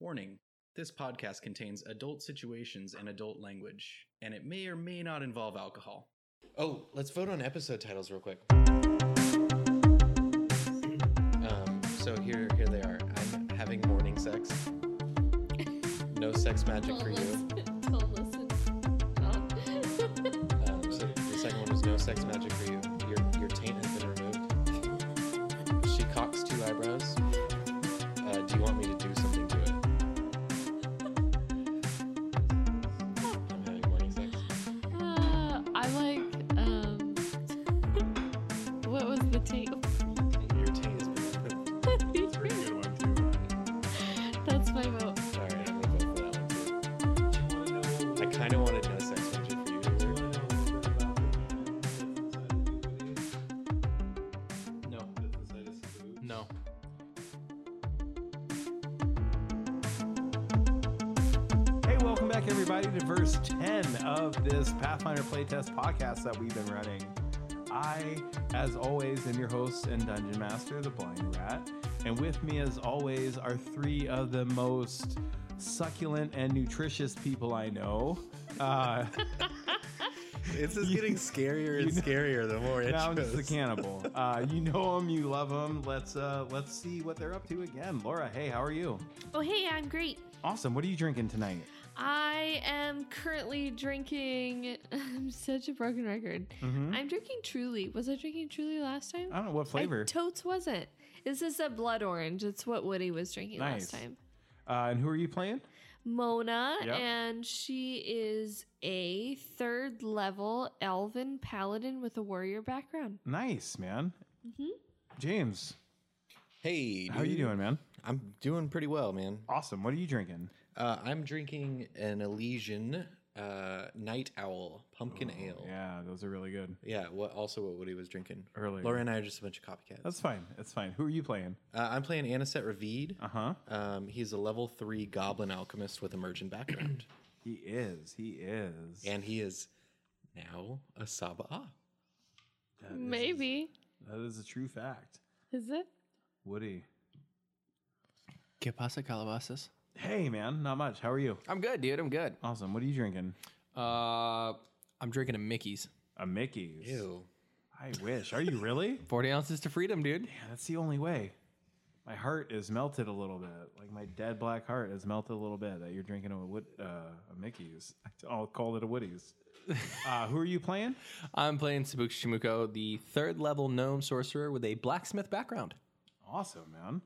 Warning this podcast contains adult situations and adult language, and it may or may not involve alcohol. Oh, let's vote on episode titles real quick. Um, so here, here they are. I'm having morning sex. No sex magic for you. Um, so the second one was no sex magic for you. Your your taint has been removed. She cocks two eyebrows. Uh, do you want me to do something to it? I'm having morning sex. Uh, I like, um, what was the tape? Your taint has been removed. That's my vote. All right, I'm gonna vote for that one too. I kind of wanted no sex magic for you. Taylor. No. No. Hey, welcome back, everybody, to verse 10 of this Pathfinder Playtest podcast that we've been running. I, as always, am your host and dungeon master, the Blind Rat. And with me, as always, are three of the most succulent and nutritious people I know. Uh, It's just getting scarier and scarier the more Bounds the cannibal. Uh, you know them, you love them. Let's uh, let's see what they're up to again. Laura, hey, how are you? Oh, hey, I'm great. Awesome. What are you drinking tonight? I am currently drinking. I'm such a broken record. Mhm. I'm drinking Truly. Was I drinking Truly last time? I don't know what Mm-hmm. I Uh, flavor. totes wasn't. This is a blood orange. It's what Woody was drinking Nice. last time. Uh, and who are you playing? Mona, Yep. and she is a third level elven paladin with a warrior background. Nice, man. Mhm. James, Hey, how are you dude. doing, man? I'm doing pretty well, man. Awesome. What are you drinking? Uh, I'm drinking an Elysian uh, Night Owl Pumpkin Oh, Ale. Yeah, those are really good. Yeah, what also what Woody was drinking. Earlier. Laura and I are just a bunch of copycats. That's fine. That's fine. Who are you playing? uh, I'm playing Anisette Ravid. Uh huh. Um, he's a level three goblin alchemist with a merchant background, He is. He is. and he is now a Saba'a. That is- Maybe. that is a true fact. Is it? Woody. ¿Qué pasa, calabazas? Hey, man. Not much. How are you? I'm good, dude. I'm good. Awesome. What are you drinking? Uh, I'm drinking a Mickey's. A Mickey's. Ew. I wish. Are you really? 40 ounces to freedom, dude. Yeah, that's the only way. My heart is melted a little bit. Like my dead black heart is melted a little bit that you're drinking a wood, uh, a Mickey's. I'll call it a Woody's. Uh, who are you playing? I'm playing Sabuki Shimuko, the third level gnome sorcerer with a blacksmith background. Awesome, man.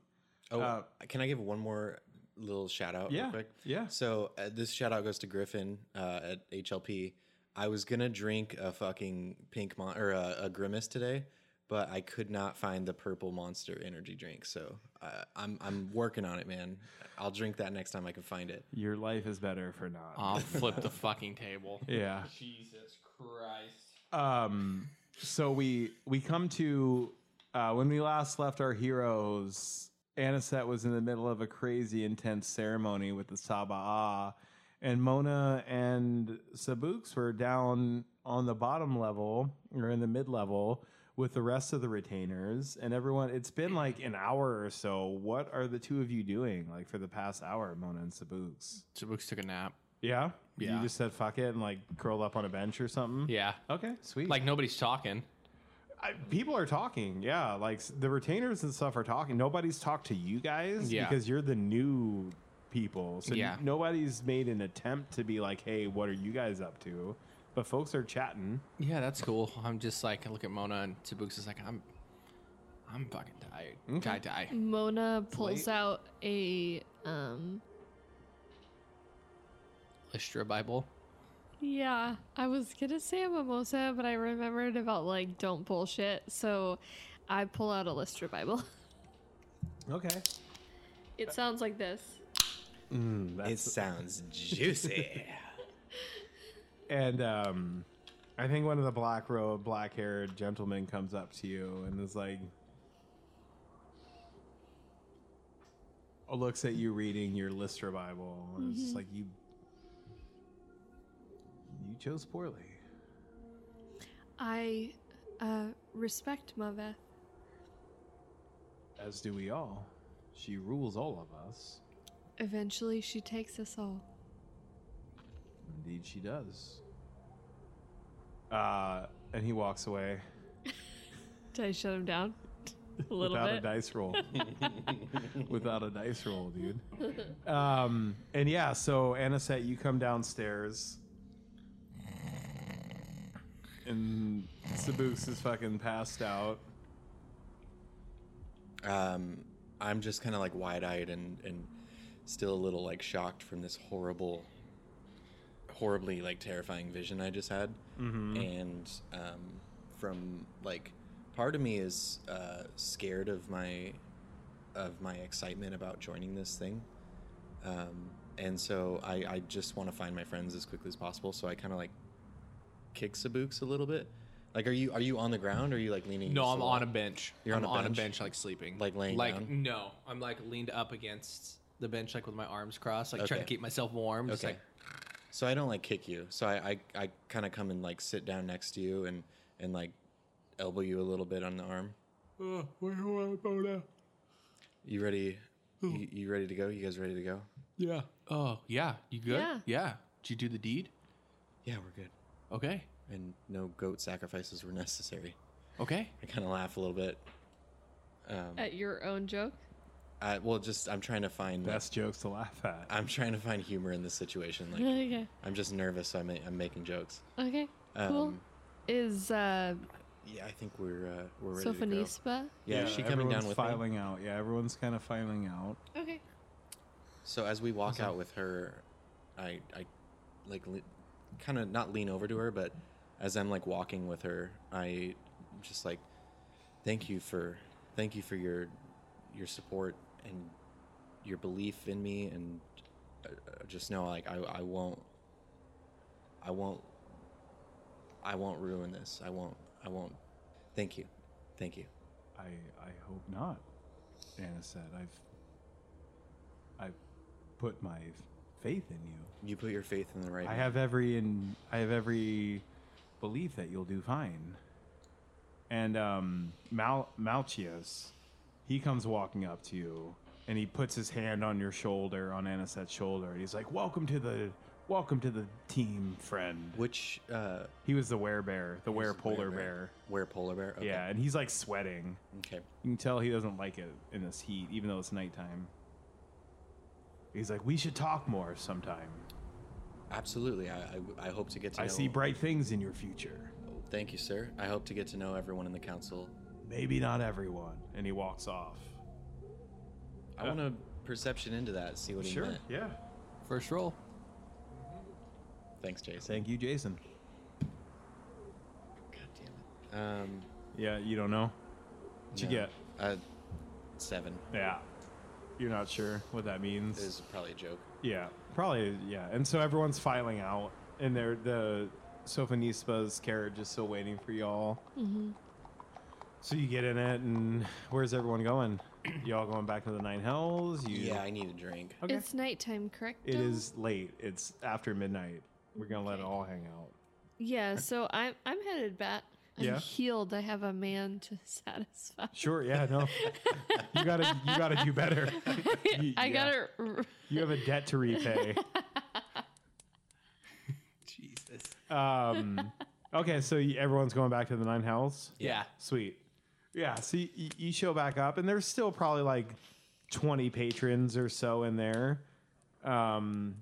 Oh, Uh, can I give one more little shout out? Yeah, real quick? yeah. So uh, this shout out goes to Griffin uh, at HLP. I was gonna drink a fucking pink mon- or a, a grimace today, but I could not find the purple monster energy drink. So uh, I'm I'm working on it, man. I'll drink that next time I can find it. Your life is better for not. I'll flip the fucking table. Yeah. Jesus Christ. Um. So we we come to uh, when we last left our heroes. Anisette was in the middle of a crazy intense ceremony with the Saba'a, and Mona and Sabuks were down on the bottom level or in the mid level with the rest of the retainers and everyone. It's been like an hour or so. What are the two of you doing like for the past hour, Mona and Sabuks? Sabuki took a nap. Yeah, Yeah. You just said fuck it and like curled up on a bench or something. Yeah. Okay, sweet. Like nobody's talking. I, people are talking. Yeah, like s- the retainers and stuff are talking. Nobody's talked to you guys Yeah. because you're the new people. So n- Yeah. nobody's made an attempt to be like, "Hey, what are you guys up to?" But folks are chatting. Yeah, that's cool. I'm just like, I look at Mona and Sabuki's is like, I'm, I'm fucking tired. Guy die. Mona pulls late. out a um Lystra Bible. yeah, I was gonna say a mimosa, but I remembered about like don't bullshit, so I pull out a Lister Bible. Okay, It sounds like this. It sounds juicy. and um, I think one of the black robe, black haired gentlemen comes up to you and is like, looks at you reading your Lister Bible, and it's just like you, you chose poorly. I uh respect Maveth. as do we all. She rules all of us. Eventually, she takes us all. Indeed, she does. Uh, and he walks away Did I shut him down? A little without a bit. dice roll. without a dice roll, dude. Um, and yeah, so Anisette, you come downstairs, and Sabooks is fucking passed out. Um, I'm just kind of like wide eyed and, and still a little like shocked from this horrible, horribly like terrifying vision I just had. Mm-hmm. And um, from like part of me is uh, scared of my of my excitement about joining this thing. Um, and so I, I just want to find my friends as quickly as possible. So I kind of like kick Sabooks a little bit. Like, are you are you on the ground? Or are you like leaning? No, against I'm the on a wall? bench. You're I'm on a bench? like sleeping. Like, laying Like down? no, I'm like leaned up against the bench, like with my arms crossed, like trying to Okay. keep myself warm. Just Okay. like so I don't like kick you. So I I, I kind of come and like sit down next to you and and like elbow you a little bit on the arm. "Uh, You ready? You, you ready to go? You guys ready to go? yeah. Oh yeah, you good? Yeah. Did you do the deed? Yeah, we're good. Okay. And no goat sacrifices were necessary. Okay. I kind of laugh a little bit. Um, At your own joke? I, well, just I'm trying to find. Best jokes to laugh at. I'm trying to find humor in this situation. Like Okay. I'm just nervous, so I'm, ma- I'm making jokes. Okay. Um, cool. Is uh, Yeah, I think we're uh, we're ready to Sophonisba? go. Yeah, is she coming everyone's down with me? filing out. Yeah, everyone's kind of filing out. Okay. So as we walk out with her, I I like le- kind of not lean over to her, but as I'm like walking with her, I just like thank you for thank you for your your support and your belief in me and uh, uh, just know like I I won't I won't I won't ruin this. I won't I won't thank you. Thank you. I I hope not. Anna said, "I've I've put my faith in you. You put your faith in the right I man. have every and I have every belief that you'll do fine." And um, Mal- Malchius, he comes walking up to you, and he puts his hand on your shoulder, on Aniset's shoulder, and he's like, "Welcome to the." Welcome to the team, friend. which uh He was the werebear, the were polar werebear. bear. where polar bear. Okay. Yeah, and he's like sweating. Okay. You can tell he doesn't like it in this heat, even though it's nighttime. He's like, we should talk more sometime. Absolutely. I, I, I hope to get to I know. see bright things in your future. Thank you, sir. I hope to get to know everyone in the council. Maybe not everyone. And he walks off. I want to perception into that, see what he meant. Yeah. First roll. Thanks, Jason. Thank you, Jason. Um, Yeah, you don't know. What'd you no. get? Uh, seven. Yeah. You're not sure what that means. This is probably a joke. Yeah, probably. Yeah, and so everyone's filing out, and they're the Sophonisba's carriage is still waiting for y'all. Mm-hmm. So you get in it, and where's everyone going? y'all going back to the Nine Hells? You, Yeah, I need a drink. Okay. It's nighttime, correct? It Dom? is late. It's after midnight. We're gonna let it all hang out. Yeah, so I'm I'm headed back. I'm Yeah. healed. I have a man to satisfy. Sure. Yeah. No. you gotta. You gotta do better. You- I yeah. gotta. r- You have a debt to repay. Jesus. Um, okay, so you- everyone's going back to the Nine Hells. Yeah. Sweet. Yeah, so you, you show back up, and there's still probably like 20 patrons or so in there. Um,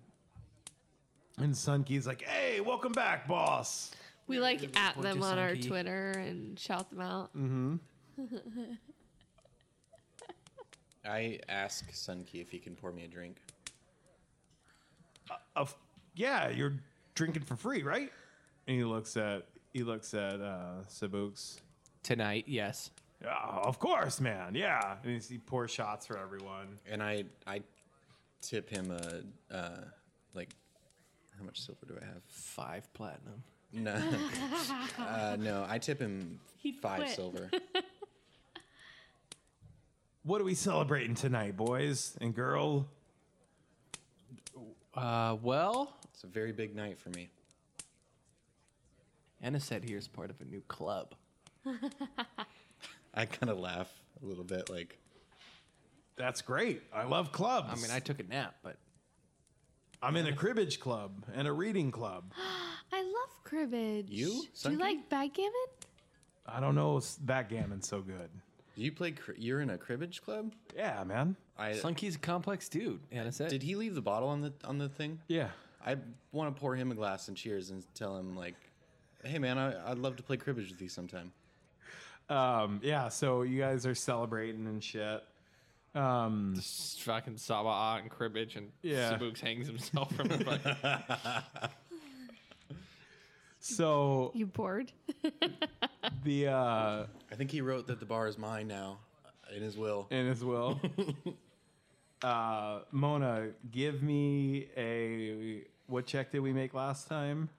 and Sunkey's like, hey, welcome back, boss. We like at report them to on our Sankey. Twitter and shout them out. Mm. I ask Sunkey if he can pour me a drink. Of, yeah, you're drinking for free, right? And he looks at he looks at uh, Sabuks. Tonight, yes. "Yeah, Oh, of course, man. Yeah, and he's- he pours shots for everyone. And I I tip him a uh like how much silver do I have? Five platinum. No, uh, no. I tip him five quit. silver. What are we celebrating tonight, boys and girl? Uh, well, It's a very big night for me. Anna said here's part of a new club. I kind of laugh a little bit, like That's great. I love clubs. I mean, I took a nap, but I'm in a cribbage club and a reading club. I love cribbage. You? Do Sunken? you like backgammon? I don't know s- backgammon's so good. You play. cri- You're in a cribbage club. Yeah, man. I Sunkey's a complex dude. Yeah, that's it. did he leave the bottle on the on the thing? Yeah. I want to pour him a glass and cheers and tell him like, "Hey man, I, I'd love to play cribbage with you sometime." Um, yeah, so you guys are celebrating and shit. Um, Just fucking Saba'a and cribbage and Yeah. Sabuks hangs himself from the fucking. so You bored? the uh I think he wrote that the bar is mine now, uh, in his will. and as well. uh Mona, give me a what check did we make last time?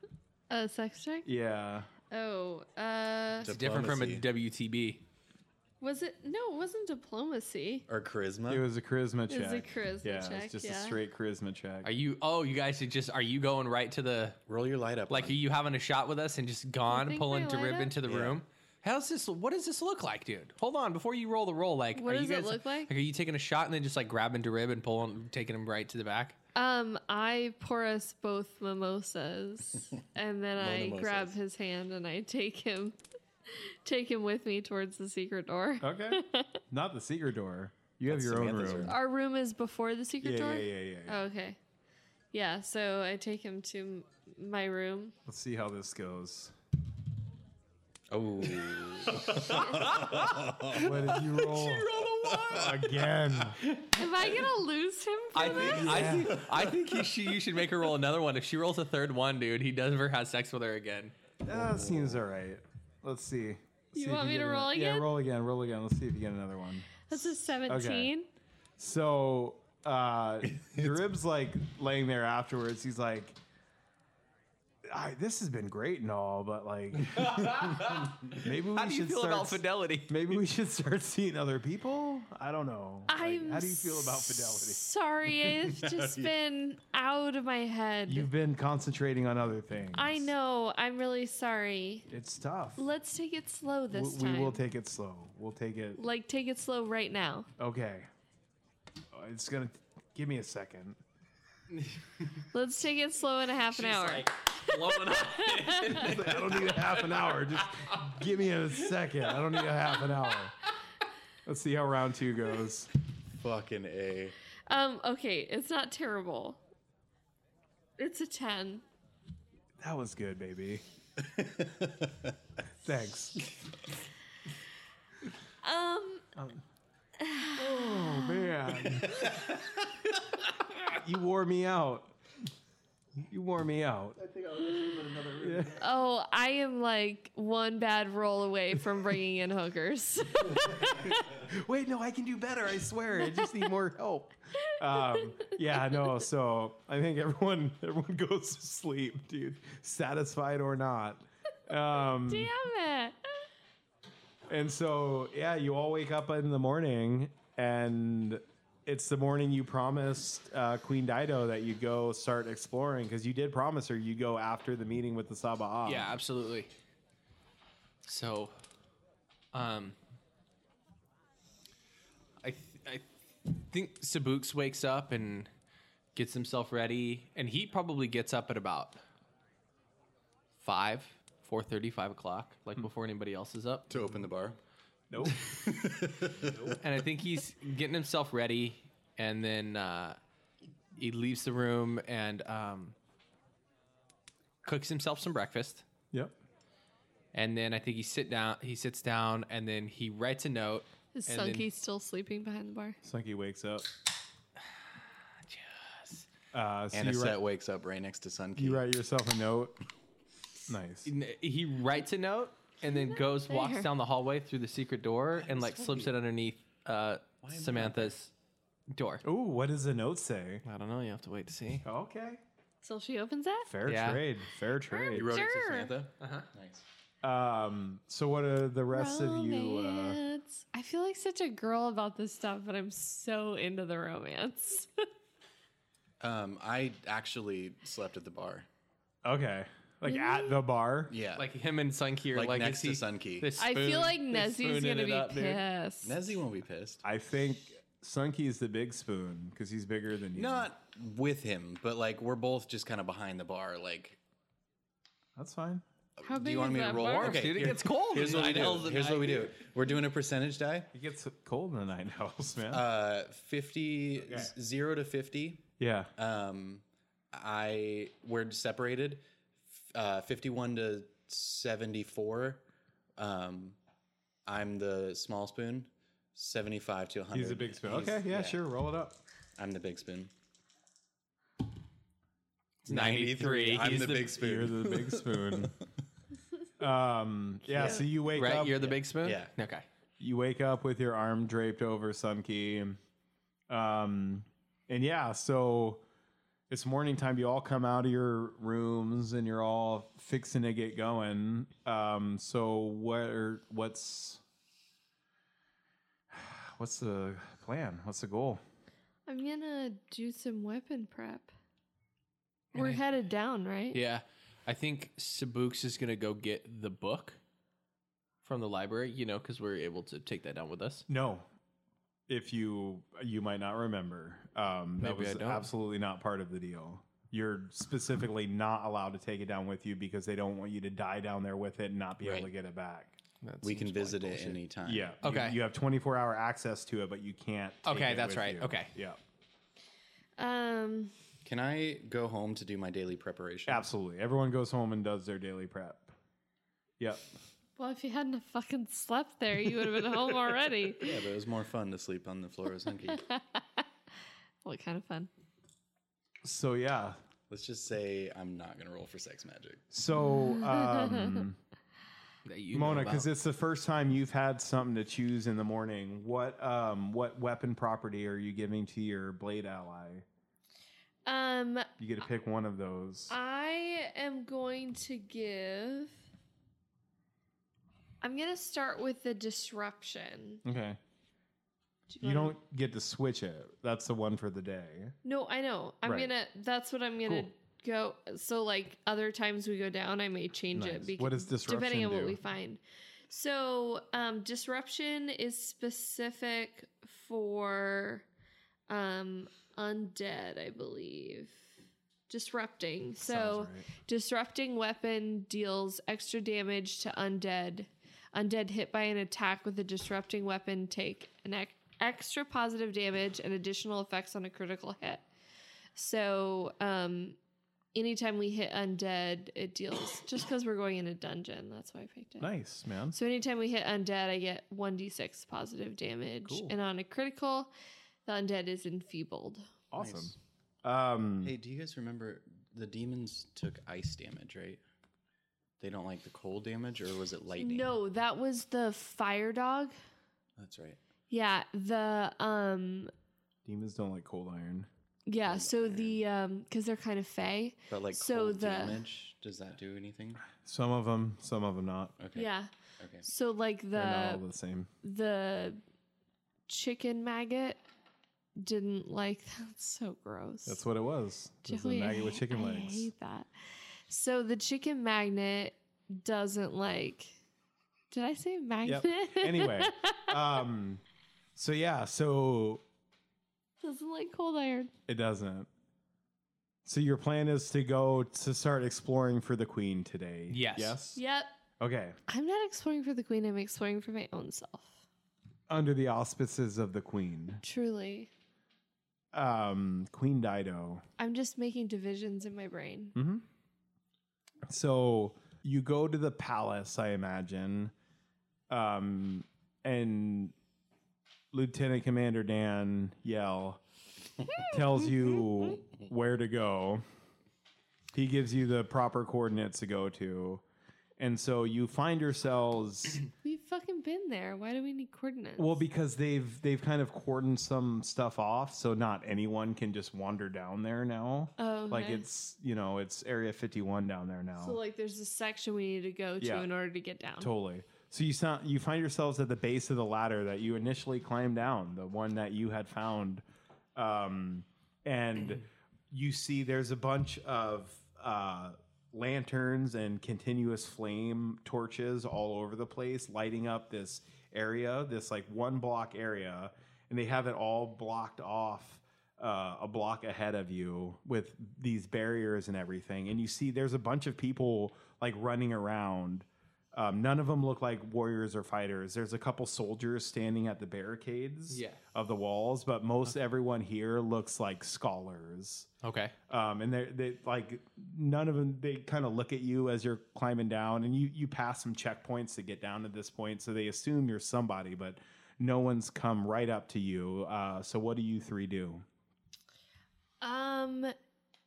A sex check? Yeah. Oh, uh, Dip- Different from a WTB. was it? No, it wasn't diplomacy. Or charisma. It was a charisma It check. was a charisma yeah, check, it's just a yeah. straight charisma check. Are you? Oh, you guys are just. Are you going right to the? Roll your light up. Like, on. are you having a shot with us and just gone think pulling my to rib lineup? into the room? How's this? What does this look like, dude? Hold on, before you roll the roll, like, What are does you it guys look like? Are you taking a shot and then just like grabbing to rib and pulling, taking him right to the back? Um, I pour us both mimosas, and then I Mona grab mimosas. his hand and I take him, take him with me towards the secret door. Okay. Not the secret door. You have That's your own Samantha's room. room. Our room is before the Yeah, secret yeah, door. Oh, yeah, yeah, yeah. Okay, yeah. So I take him to m- my room. Let's see how this goes. Oh, What did you roll? Again. Am I gonna lose him? For I that? think I think I think he, she, you should make her roll another one. If she rolls a third one, dude, he never has sex with her again. That seems all right. Let's see. Let's You see if want me get to ano- roll Yeah, again? roll again. Roll again. Let's see if you get another one. That's a seventeen. So, uh, Darib's like laying there afterwards. He's like, I, this has been great and all, but like, maybe we How do you should feel start. about fidelity? Maybe we should start seeing other people. I don't know. Like, I'm. how do you feel about fidelity? Sorry, it's just been out of my head. You've been concentrating on other things. I know. I'm really sorry. It's tough. Let's take it slow W- this we, time. will take it slow. We'll take it. like take it slow right now. Okay. Uh, It's going to give me a second. Let's take it slow in a half an hour. blowing up. I don't need a half an hour. Just give me a second. I don't need a half an hour. Let's see how round two goes. fucking a. um, okay, it's not terrible. It's a ten. That was good, baby. Thanks. Um, Oh man, you wore me out. You wore me out. oh, I am like one bad roll away from bringing in hookers. Wait, no, I can do better. I swear. I just need more help. Um, yeah, no. So I think everyone everyone goes to sleep, dude, satisfied or not. Um, Damn it! And so, yeah, you all wake up in the morning, and it's the morning you promised uh, Queen Dido that you go start exploring because you did promise her you go after the meeting with the Saba'a. Yeah, absolutely. So, um, I th- I think Sabuks wakes up and gets himself ready, and he probably gets up at about five, four thirty, five o'clock, like before anybody else is up. To open the bar. Nope. and I think he's getting himself ready, and then uh, he leaves the room and um, cooks himself some breakfast. yep. And then I think he sit down. He sits down, and then he writes a note. Is And then- Sunky still sleeping behind the bar? Sunky wakes up. Uh, so you Anisette write, wakes up right next to Sun. you write yourself a note. Nice. N- He writes a note, and then goes, walks there. down the hallway through the secret door, and like slips it underneath uh, Samantha's door. Ooh, what does the note say? Oh, I don't know. You have to wait to see. Okay. Till she opens that. Fair Yeah. trade. Fair trade. You wrote it Sure. to Samantha. Uh-huh. Nice. Um, so what are the rest of you? Uh, Romance. I feel like such a girl about this stuff, but I'm so into the romance. Um, I actually slept at the bar. Okay. Like at the bar. Yeah. Like him and Sunkey are like, Like, is next to he- Sunkey. they I feel spoon- like they Nezzy's spooning gonna it be up, dude. pissed. Nezzy won't be pissed. I think Sunky's the big spoon because he's bigger than you. Not with him, but like we're both just kind of behind the bar. Like, That's fine. How big do you want is me to that roll? bar? Okay, dude, it here- gets cold. Here's in what we the middle do. of the Here's what we night. do. We're doing a percentage die. It gets cold in the night house, man. Uh, 50, Okay. z- zero to fifty. yeah. Um, I we're separated, f- uh, fifty-one to seventy-four. Um, I'm the small spoon. Seventy-five to hundred. He's a big spoon. He's- Okay, yeah, sure. Roll it up. I'm the big spoon. It's 93. I'm He's the, big spoon. You're the big spoon. um, yeah, so you wake Right? up. You're the big spoon? Yeah. Okay. you wake up with your arm draped over Sunkey. Um, and yeah, so it's morning time. You all come out of your rooms and you're all fixing to get going. Um, so what are, what's what's the plan? What's the goal? I'm gonna do some weapon prep. We're headed down, right? Yeah. I think Sabooks is going to go get the book from the library, you know, because we're able to take that down with us. No. If you you might not remember, um, that Maybe I was don't. absolutely not part of the deal. You're specifically not allowed to take it down with you because they don't want you to die down there with it and not be Right. able to get it back. we can visit it anytime. Yeah. you- Okay. You, have 24 hour access to it, but you can't. take Okay, it with that's right. you. Okay. Yeah. Um, Can I go home to do my daily preparation? Absolutely. Everyone goes home and does their daily prep. Yep. well, if you hadn't have fucking slept there, you would have been home already. Yeah, but it was more fun to sleep on the floor with Hunky. What kind of fun? So yeah. Let's just say I'm not gonna roll for sex magic. So um, That you know Mona, because about. it's the first time you've had something to choose in the morning. What um what weapon property are you giving to your blade ally? Um, You get to pick one of those. Uh, I am going to give. I'm gonna start with the disruption. Okay. Do You wanna- don't get to switch it. That's the one for the day. No, I know. I'm Right. gonna. That's what I'm gonna go. So like other times we go down, I may change Nice. it. What does depending disruption on what do? we find? So um, disruption is specific for um, undead, I believe. Disrupting. So Sounds right. disrupting weapon deals extra damage to undead. Undead hit by an attack with a disrupting weapon take an ex- extra positive damage and additional effects on a critical hit. So, um, anytime we hit undead, it deals just because we're going in a dungeon. That's why I picked it. nice, man. So, anytime we hit undead, I get 1d6 positive damage. Cool. And on a critical, the undead is enfeebled. Awesome. Nice. Um Hey, do you guys remember the demons took ice damage, right? They don't like the cold damage, or was it lightning? No, that was the fire dog. That's right. Yeah, the um demons don't like cold iron. yeah, so the um cuz they're kind of fey. But like So cold the- damage, does that do anything? Some of them, some of them not. Okay. Yeah. Okay. So like They're not all the the same. the chicken maggot didn't like that's so gross. That's what it was. It was a Joey, maggot with I- chicken I legs. hate that. So the chicken magnet doesn't like Did I say magnet? Anyway, um, so yeah, so doesn't like cold iron. it doesn't. So your plan is to go to start exploring for the queen today. Yes. Yes. Yep. Okay. I'm not exploring for the queen, I'm exploring for my own self. Under the auspices of the queen, Truly. um, Queen Dido. I'm just making divisions in my brain. Mm-hmm. So you go to the palace, I imagine, um, and Lieutenant Commander Dan Yell tells you where to go. He gives you the proper coordinates to go to. And so you find yourselves We've fucking been there. Why do we need coordinates? well because they've they've kind of cordoned some stuff off, so not anyone can just wander down there now. oh, Like okay. it's you know it's Area 51 down there now. so like there's a section we need to go to Yeah. in order to get down. Totally. So you sound, you find yourselves at the base of the ladder that you initially climbed down, the one that you had found, um, and you see there's a bunch of uh, lanterns and continuous flame torches all over the place, lighting up this area, this like one block area, and they have it all blocked off uh, a block ahead of you with these barriers and everything. And you see there's a bunch of people like running around. Um, none of them look like warriors or fighters. There's a couple soldiers standing at the barricades Yeah. of the walls, but most everyone here looks like scholars Okay. um, and they they like none of them. They kind of look at you as you're climbing down, and you you pass some checkpoints to get down to this point, so they assume you're somebody, but no one's come right up to you. Uh, so what do you three do? Um,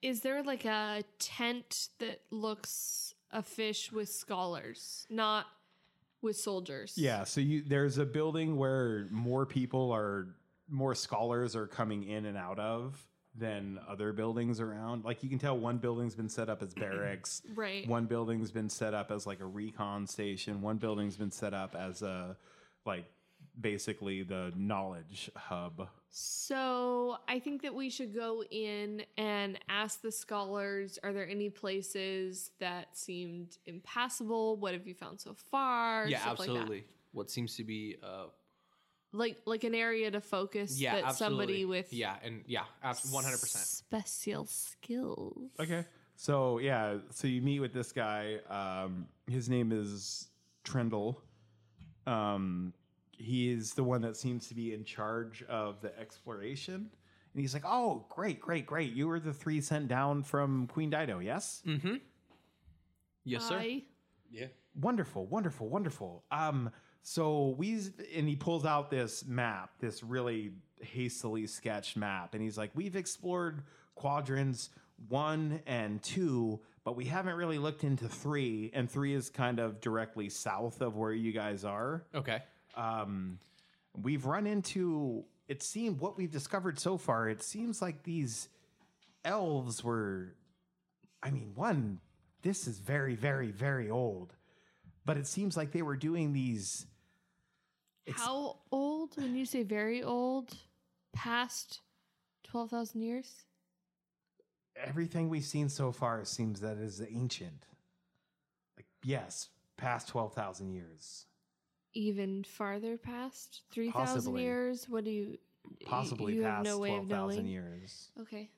is there like a tent that looks a fish with scholars, not with soldiers? Yeah, so you there's a building where more people are more scholars are coming in and out of than other buildings around. Like you can tell one building's been set up as barracks, Right. One building's been set up as like a recon station. One building's been set up as a like basically the knowledge hub. So I think that we should go in and ask the scholars are there any places that seemed impassable? What have you found so far? Yeah, Stuff like that. absolutely. what seems to be uh Like, like an area to focus yeah, that somebody absolutely. with yeah, and yeah, one hundred percent. special skills. Okay. So yeah, so you meet with this guy. Um, his name is Trendle. Um, he is the one that seems to be in charge of the exploration. And he's like, "Oh, great, great, great! You were the three sent down from Queen Dido, yes? Mm-hmm. Yes, sir. I- yeah. Wonderful, wonderful, wonderful. Um, so we and he pulls out this map, this really hastily sketched map, and he's like, "We've explored quadrants one and two, but we haven't really looked into three, and three is kind of directly south of where you guys are." Okay. um, we've run into it seemed what we've discovered so far it seems like these elves were i mean one this is very very very old but it seems like they were doing these It's- How old? When you say very old, past twelve thousand years. everything we've seen so far seems that is ancient like yes past 12000 years Even farther past three thousand Possibly. years. What do you? possibly you have past no way of 12000 knowing? years Okay.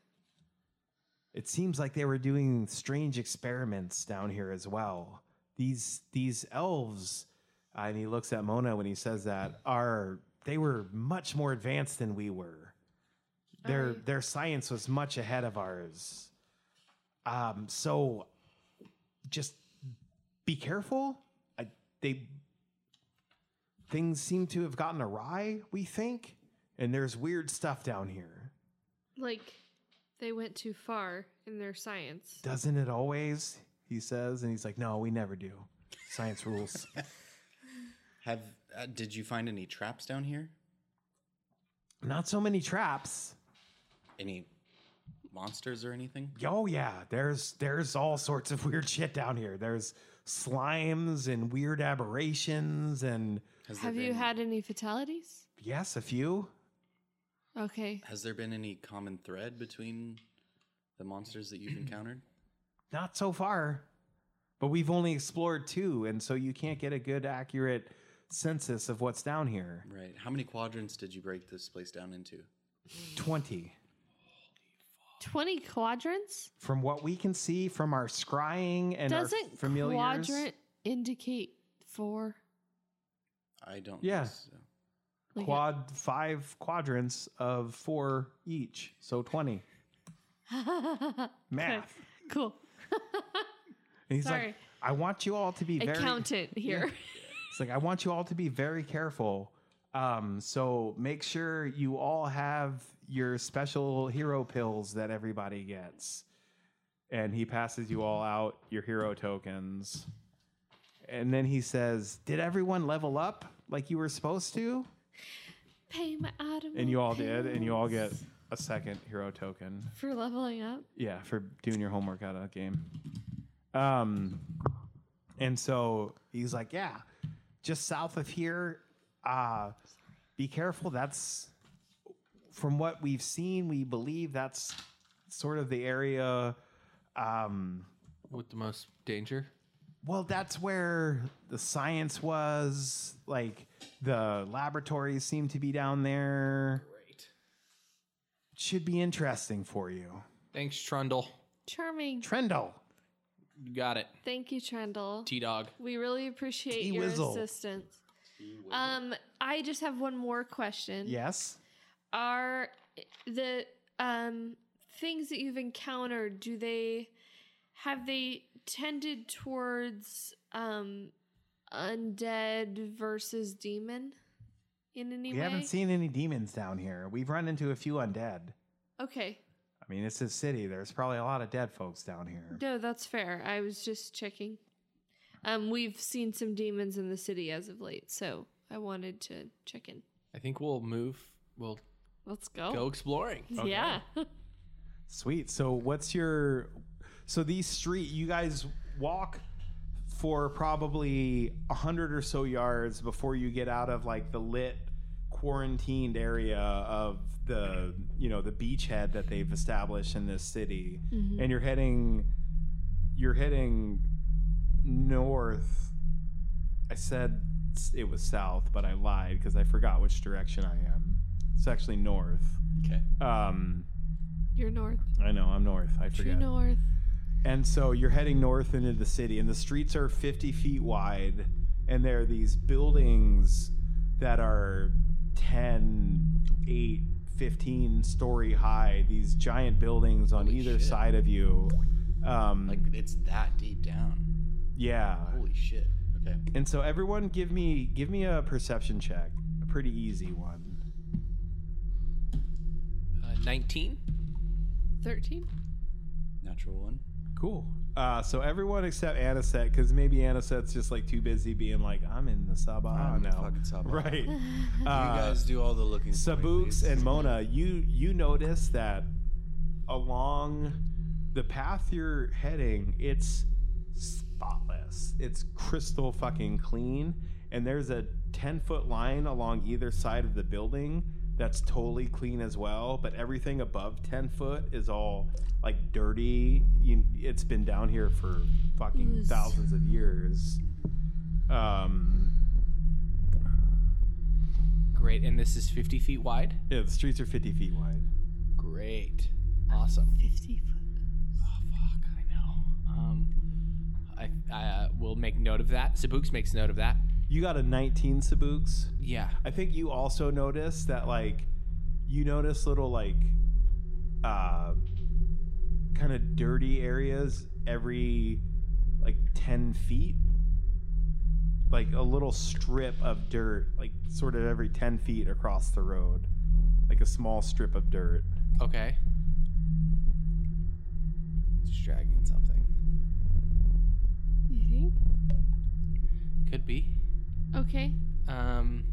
It seems like they were doing strange experiments down here as well. These these elves, uh, and he looks at Mona when he says that, are they were much more advanced than we were. Their Aye. their science was much ahead of ours. Um, so just be careful. I, they things seem to have gotten awry. We think, and there's weird stuff down here. Like they went too far in their science. doesn't it always? He says, and he's like, no, we never do. Science rules. Have Uh, did you find any traps down here? Not so many traps. Any monsters or anything? Oh yeah, there's there's all sorts of weird shit down here. There's slimes and weird aberrations, and Has there Have you been- had any fatalities? yes, a few. Okay. Has there been any common thread between the monsters that you've encountered? Not so far, but we've only explored two, and so you can't get a good, accurate census of what's down here. Right. How many quadrants did you break this place down into? Twenty. Twenty quadrants. From what we can see from our scrying and our Doesn't familiars, quadrant indicate four? I don't. Yeah. think so. Like a- quad five quadrants of four each, so twenty. Math. cool. And he's Sorry. like, I want you all to be very. Accountant here. It's like I want you all to be very careful. Um, so make sure you all have your special hero pills that everybody gets. And he passes you all out your hero tokens. And then he says, "Did everyone level up like you were supposed to?" Pay my item. And you all did, and you all get a second hero token. for leveling up. Yeah, for doing your homework out of that game. Um, and so he's like, yeah, just south of here. Uh, be careful. That's from what we've seen. We believe that's sort of the area. Um, With the most danger. well, that's where the science was. Like the laboratories seem to be down there. Great. Should be interesting for you. Thanks, Trundle. Charming. Trendle. You got it. Thank you, Trendle. T Dog. We really appreciate your T-Wizzle. assistance. Um, I just have one more question. Yes. Are the um things that you've encountered, do they have they tended towards um undead versus demon in any We way? haven't seen any demons down here. We've run into a few undead. Okay. I mean, it's a city. There's probably a lot of dead folks down here. No, that's fair. I was just checking. Um, we've seen some demons in the city as of late, so I wanted to check in. I think we'll move. We'll Let's go. go exploring. Yeah. Sweet. So what's your so these street you guys walk for probably a hundred or so yards before you get out of like the lit quarantined area of the you know the beachhead that they've established in this city and you're heading you're heading north i said s- it was south but i lied because i forgot which direction i am it's actually north Okay. um You're north. I know, I'm north. I True forget. north. And so you're heading north into the city, and the streets are 50 feet wide, and there are these buildings that are 10, 8, 15 story high, these giant buildings on Holy either shit. side of you. Um, Like it's that deep down. yeah. Holy shit. Okay. And so everyone give me give me a perception check. A pretty easy one. Uh, 19. 13? Natural one. Cool. Uh, so everyone except Aniset, because maybe Aniset's just like too busy being like, I'm in the Sabah I'm in now. fucking Sabah. Right. you guys do all the looking. for me, Sabooks please. Uh, and Mona, you you notice that along the path you're heading, it's spotless. It's crystal fucking clean, and there's a ten foot line along either side of the building that's totally clean as well. But everything above ten foot is all like dirty. You, it's been down here for fucking Ooze. thousands of years. Um, Great. And this is 50 feet wide. yeah, the streets are fifty feet wide. Great. Awesome. 50 foot. Oh, fuck. I know. Um, I, I uh, will make note of that. Sabooks makes note of that. You got a 19 Sabooks. Yeah. I think you also notice that like you notice little like uh kind of dirty areas every like 10 feet like a little strip of dirt like sort of every 10 feet across the road like a small strip of dirt Okay. It's dragging something. You think? Could be. Okay. Um,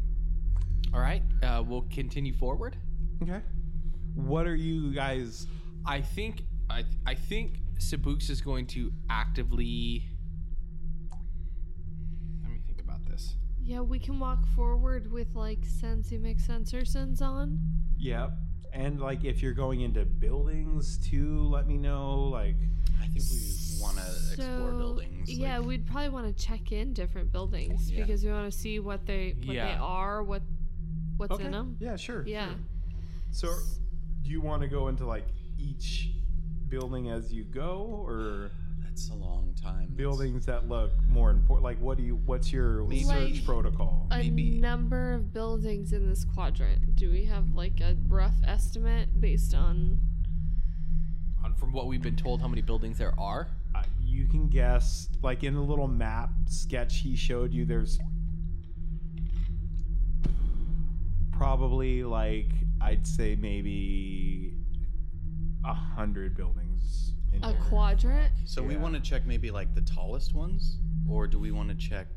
all right. Uh, we'll continue forward. okay what are you guys I think I I think Sabooks is going to actively. Let me think about this. Yeah, we can walk forward with like Sensi McSensorsons on. yep and like if you're going into buildings too let me know like I think we want to explore So, buildings. like- Yeah, we'd probably want to check in different buildings Yeah. because we want to see what they what Yeah. they are, what what's in them. yeah sure Yeah. So, do you want to go into like each building as you go, or That's a long time. That's- buildings that look more important? Like, what do you? What's your research Like- uh, protocol? A Maybe- number of buildings in this quadrant. Do we have like a rough estimate based on On from what we've been told, how many buildings there are? Uh, you can guess. Like in the little map sketch he showed you, there's probably like I'd say maybe a hundred buildings. In a here. quadrant? So we Yeah. want to check maybe like the tallest ones, or do we want to check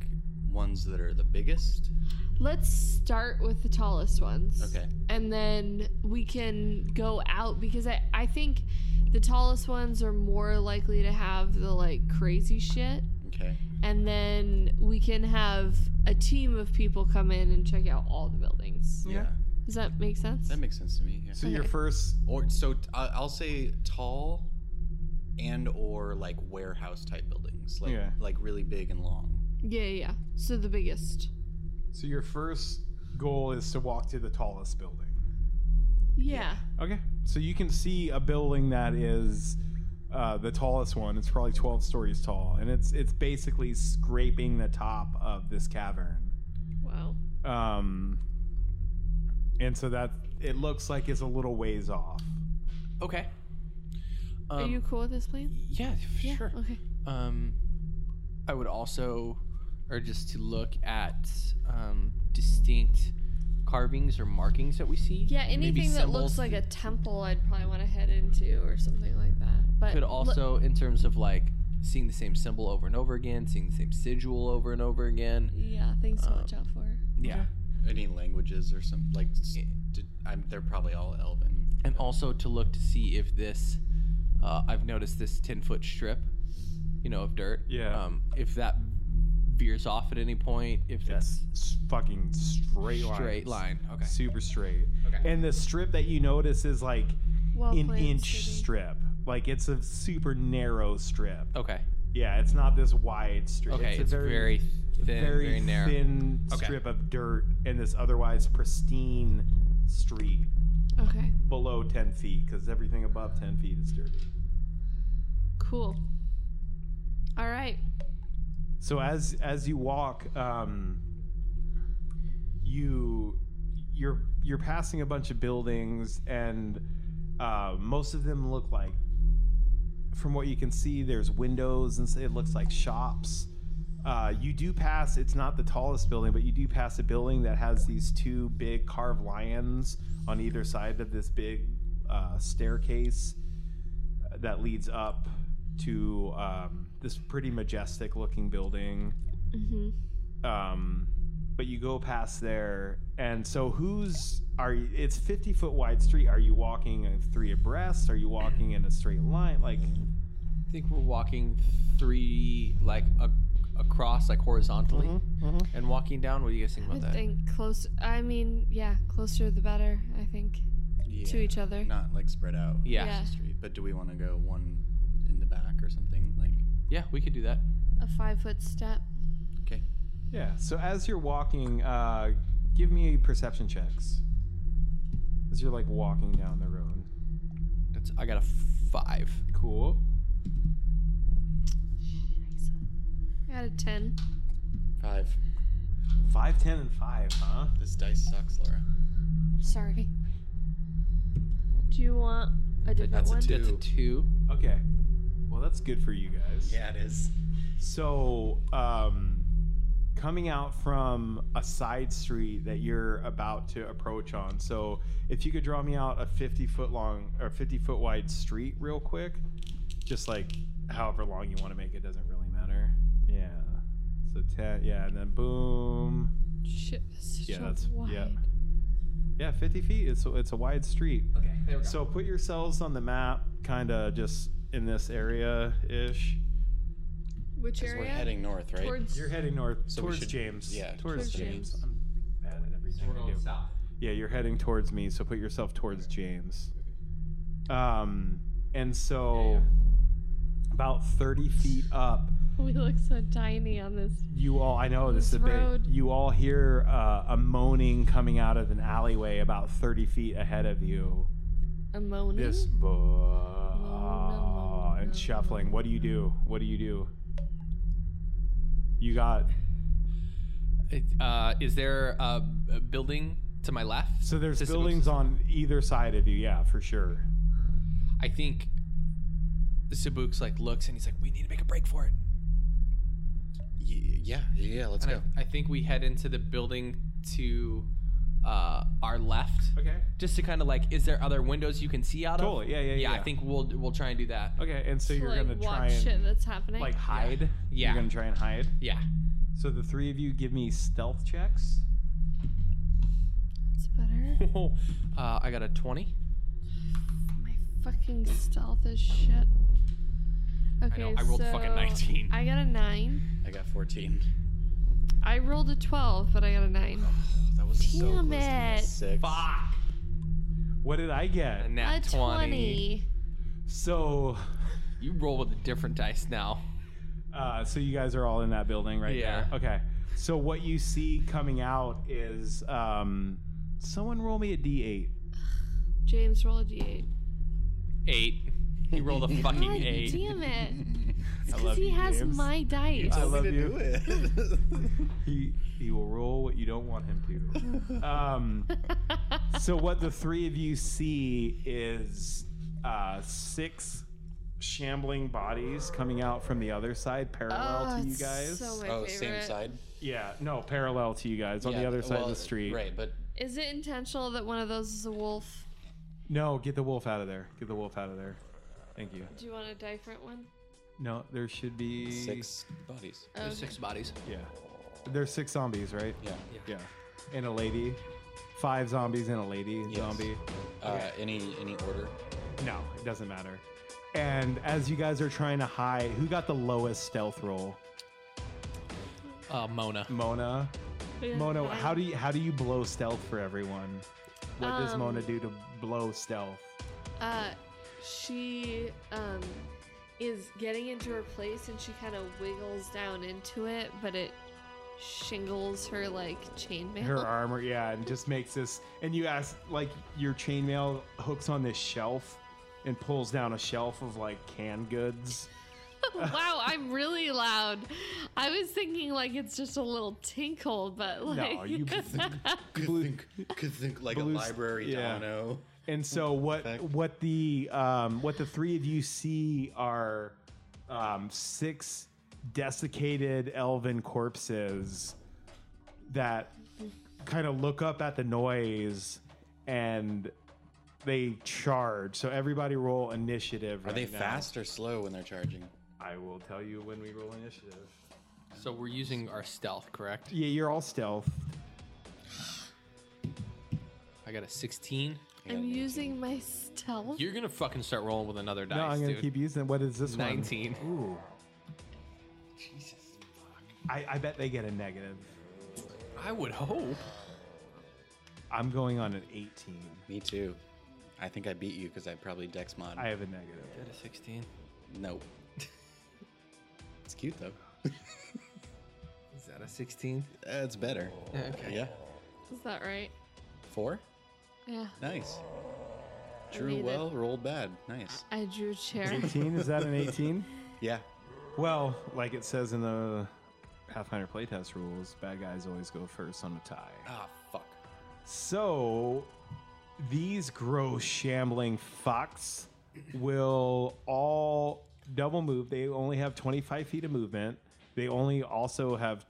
ones that are the biggest? Let's start with the tallest ones. Okay. And then we can go out because I, I think the tallest ones are more likely to have the like crazy shit. Okay. And then we can have a team of people come in and check out all the buildings. Yeah, Does that make sense? that makes sense to me. Yeah. So your Okay. first Or so t- I- I'll say tall, and or like warehouse type buildings, like Yeah. like really big and long. Yeah, yeah. yeah. So the biggest. So your first goal is to walk to the tallest building. Yeah. Okay. So you can see a building that is uh, the tallest one. It's probably 12 stories tall, and it's it's basically scraping the top of this cavern. Wow. Um, and so that it looks like it's a little ways off. Okay. Are Um, you cool with this plan? Yeah, for Yeah. sure. Okay. Um, I would also urge us to look at um, distinct carvings or markings that we see. Yeah, Maybe anything that looks symbols like a temple, I'd probably want to head into or something like that. But could look- also, in terms of like seeing the same symbol over and over again, seeing the same sigil over and over again. yeah, things to watch out for. Yeah. Any languages or some like s- d- I'm, they're probably all Elven. And also to look to see if this, uh, I've noticed this 10 foot strip, you know, of dirt. Yeah. Um, if that veers off at any point, if It's that's s- fucking straight line. straight line. Okay. Super straight. Okay. And the strip that you notice is like Well, an planned inch city. strip. Like it's a super narrow strip. Okay. Yeah, it's not this wide strip. Okay. It's, a very, thin, very, very, narrow. thin Okay. strip of dirt in this otherwise pristine street Okay. below 10 feet because everything above 10 feet is dirty. Cool. All right. So as as you walk, um, you you're you're passing a bunch of buildings, and uh, most of them look like, from what you can see, there's windows, and so it looks like shops. Uh, you do pass. It's not the tallest building, but you do pass a building that has these two big carved lions on either side of this big uh, staircase that leads up to um, this pretty majestic looking building. Mm-hmm. Um, but you go past there, and so who's are you? It's fifty foot wide street. Are you walking in three abreast? Are you walking in a straight line? Like I think we're walking three, like a, across, like horizontally, and walking down. What do you guys think I about that? think close. I mean, yeah, closer the better. I think to Yeah, each other. Not like spread out. yeah. yeah. yeah. Street, but do we want to go one in the back or something? Like we could do that. A five foot step. okay, yeah. So as you're walking, uh, give me perception checks. As you're like walking down the road. That's I got a five. Cool. I got a ten. five. Five, ten, and five, huh? This dice sucks, Laura. Sorry. Do you want a different that's a one? two. That's a two. Okay. Well, that's good for you guys. Yeah, it is. So, um, coming out from a side street that you're about to approach on. So, if you could draw me out a 50 foot long or 50 foot wide street real quick, just like however long you want to make it doesn't really matter. Yeah. So 10, yeah, and then boom. Shit, this is Yeah, so that's wide. yeah. Yeah, 50 feet. It's a, it's a wide street. Okay, there we So put yourselves on the map, kind of just in this area ish. Which Because area? we're heading north, right? Towards. You're heading north So we towards should- James. yeah, towards, towards James. James. I'm bad at everything. I do. south. Yeah, you're heading towards me, so put yourself towards James. Um, and so about 30 feet up, we look so tiny on this. you all, I know this, This is a bit, road. you all hear uh, a moaning coming out of an alleyway about 30 feet ahead of you. A moaning. This Moan, blah moan, and shuffling. What do you do? What do you do? You got Uh, is there a, a building to my left? So there's System of- buildings on either side of you, yeah, for sure. I think Sabuk's like looks and he's like, we need to make a break for it. Y- yeah, yeah. Let's And go. I, I think we head into the building to uh, our left. Okay. Just to kind of like, is there other windows you can see out Totally. of? Yeah, yeah, yeah. yeah. I think we'll we'll try and do that. Okay, and so to, you're like, gonna try watch and shit that's happening. like hide. Yeah. You're gonna try and hide. Yeah. So the three of you give me stealth checks. it's better. uh, I got a twenty. My fucking stealth is shit. Okay, I rolled fucking so 19. I got a nine. I got 14. I rolled a twelve, but I got a nine. Oh, That was so close Damn to my it. six. Fuck. What did I get? A nat a 20. So You roll with a different dice now. Uh, so you guys are all in that building right Yeah. there. Okay. So what you see coming out is um, someone roll me a D8. James, roll a d8. Eight. He rolled a fucking God eight. damn it. It's love because he you, has James. my dice. I love to you. do it. He he will roll what you don't want him to. Um, so what the three of you see is uh, six shambling bodies coming out from the other side, parallel Oh, to you it's guys. So my oh, favorite. same side. yeah, no, parallel to you guys on the Yeah, other side well, of the street. Right, but Is it intentional that one of those is a wolf? No, get the wolf out of there. Get the wolf out of there. Thank you. Do you want a different one? No, there should be six bodies. There's six bodies. Yeah, there's six zombies, right? Yeah. Yeah, and a lady. Five zombies and a lady zombie. Uh, any any order? No, it doesn't matter. And as you guys are trying to hide, who got the lowest stealth roll? Uh, Mona. Mona. Mona, how do you how do you blow stealth for everyone? What does Um, Mona do to blow stealth? Uh, she um is getting into her place and she kind of wiggles down into it, but it shingles her like chainmail. Her armor, yeah, and just makes this. And you ask, like, your chainmail hooks on this shelf and pulls down a shelf of like canned goods. wow, I'm really loud. I was thinking like it's just a little tinkle, but like No, you Could think, could think like Blue's- a library yeah. domino. And so what Thank- what the um, what the three of you see are um, six desiccated elven corpses that kind of look up at the noise and they charge. So everybody roll initiative. Are right they now. fast or slow when they're charging? I will tell you when we roll initiative. So we're using our stealth, correct? Yeah, you're all stealth. I got a 16. I'm using my stealth. You're gonna fucking start rolling with another dice, no, I'm gonna dude. keep using. it. What is this one? 19. Ooh. Jesus. I, I bet they get a negative. I would hope. I'm going on an 18. Me too. I think I beat you because I probably dex mod. I have a negative. Got a 16. Nope. it's cute though. Is that a 16? That's better. Okay. Yeah. Is that right? Four. Yeah. Nice. made Drew it. well, rolled bad. Nice. I drew a chair. 18? Is that an 18? Yeah. well, like it says in the Pathfinder playtest rules, bad guys always go first on a tie. Ah, fuck. So these gross shambling fucks will all double move. They only have 25 feet of movement. They only also have.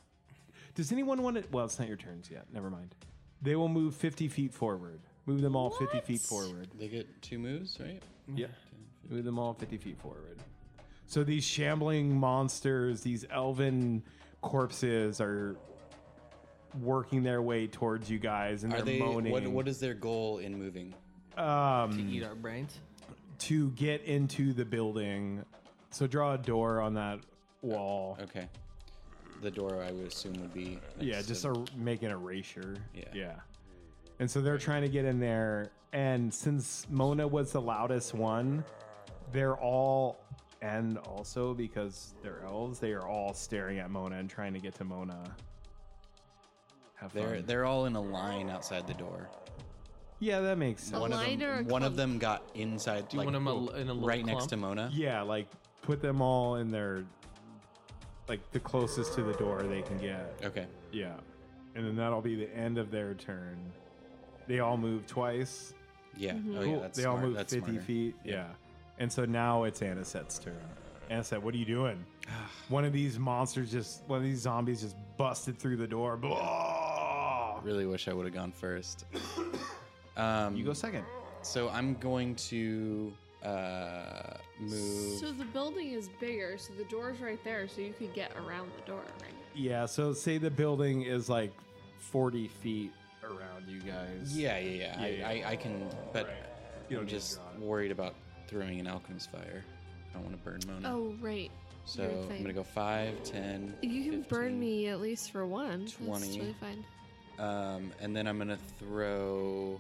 Does anyone want to? Well, it's not your turns yet. Never mind. They will move 50 feet forward. Move them all 50 feet forward. They get two moves, right? Yeah. Move them all 50 feet forward. So these shambling monsters, these elven corpses are working their way towards you guys and Are they're they? moaning. What, what is their goal in moving? um, Eat our brains. to get into the building. So draw a door on that wall. Okay. The door, I would assume, would be. next Yeah, to- just a, make an erasure. Yeah. Yeah. And so they're trying to get in there. And since Mona was the loudest one, they're all, and also because they're elves, they are all staring at Mona and trying to get to Mona. Have fun. They're they're all in a line outside the door. yeah, that makes sense. A One of line or a them, one of clump? them got inside, you like want 'em a- in a little right next clump? to Mona. Yeah, like put them all in their, like the closest to the door they can get. Okay. Yeah. And then that'll be the end of their turn. They all move twice. Yeah. Mm-hmm. Oh yeah. Cool. That's they all smart. move that's 50 smarter. feet. Yeah. And so now it's Aniset's turn. Aniset, what are you doing? one of these monsters just, one of these zombies just busted through the door. Blah! Really wish I would have gone first. um, You go second. So I'm going to uh, move. So the building is bigger, so the door's right there, so you could get around the door, right? Yeah. So say the building is like 40 feet around you guys. yeah, yeah, yeah. Yeah, I, yeah. I, I can, but Right. You don't I'm need to just draw it. worried about throwing an alchemist fire. I don't want to burn Mona. Oh, right. so you're I'm fine. gonna go five, ten. You can burn 15. me at least for one. 20. That's totally fine. Um, and then I'm gonna throw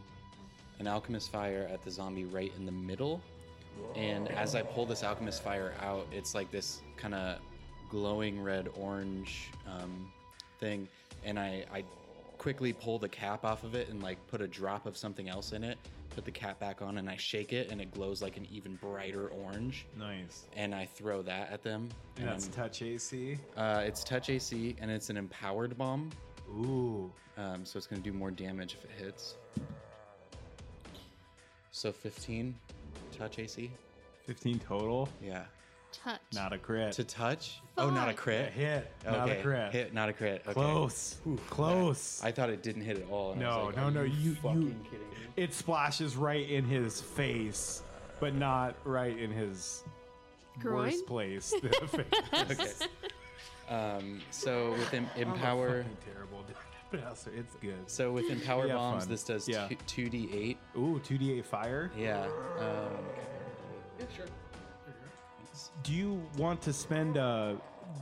an alchemist fire at the zombie right in the middle, And as I pull this alchemist fire out, it's like this kind of glowing red orange um, thing. And I, I quickly pull the cap off of it and like put a drop of something else in it, put the cap back on, and I shake it, and it glows like an even brighter orange. Nice. And I throw that at them. And And that's touch AC. uh, it's touch AC, and it's an empowered bomb. Ooh. Um, so it's going to do more damage if it hits. So 15 touch AC. 15 total. Yeah. Touch. Not a crit. To touch? Oh, not a Fuck. crit. A hit. Not a Okay, crit. Hit, not a crit. Okay. Close. Close. I thought it didn't hit at all. And I no, was like, no, "Are no. You, fucking you, kidding me? it splashes right in his face, but not right in his Groin? worst place. The face. Okay. Um, so with em- I'm a empower, fucking terrible bastard. It's good. so with empower Yeah, bombs, fun. this does Yeah. two d eight. Ooh, 2d8 fire. Yeah. Um, Do you want to spend a?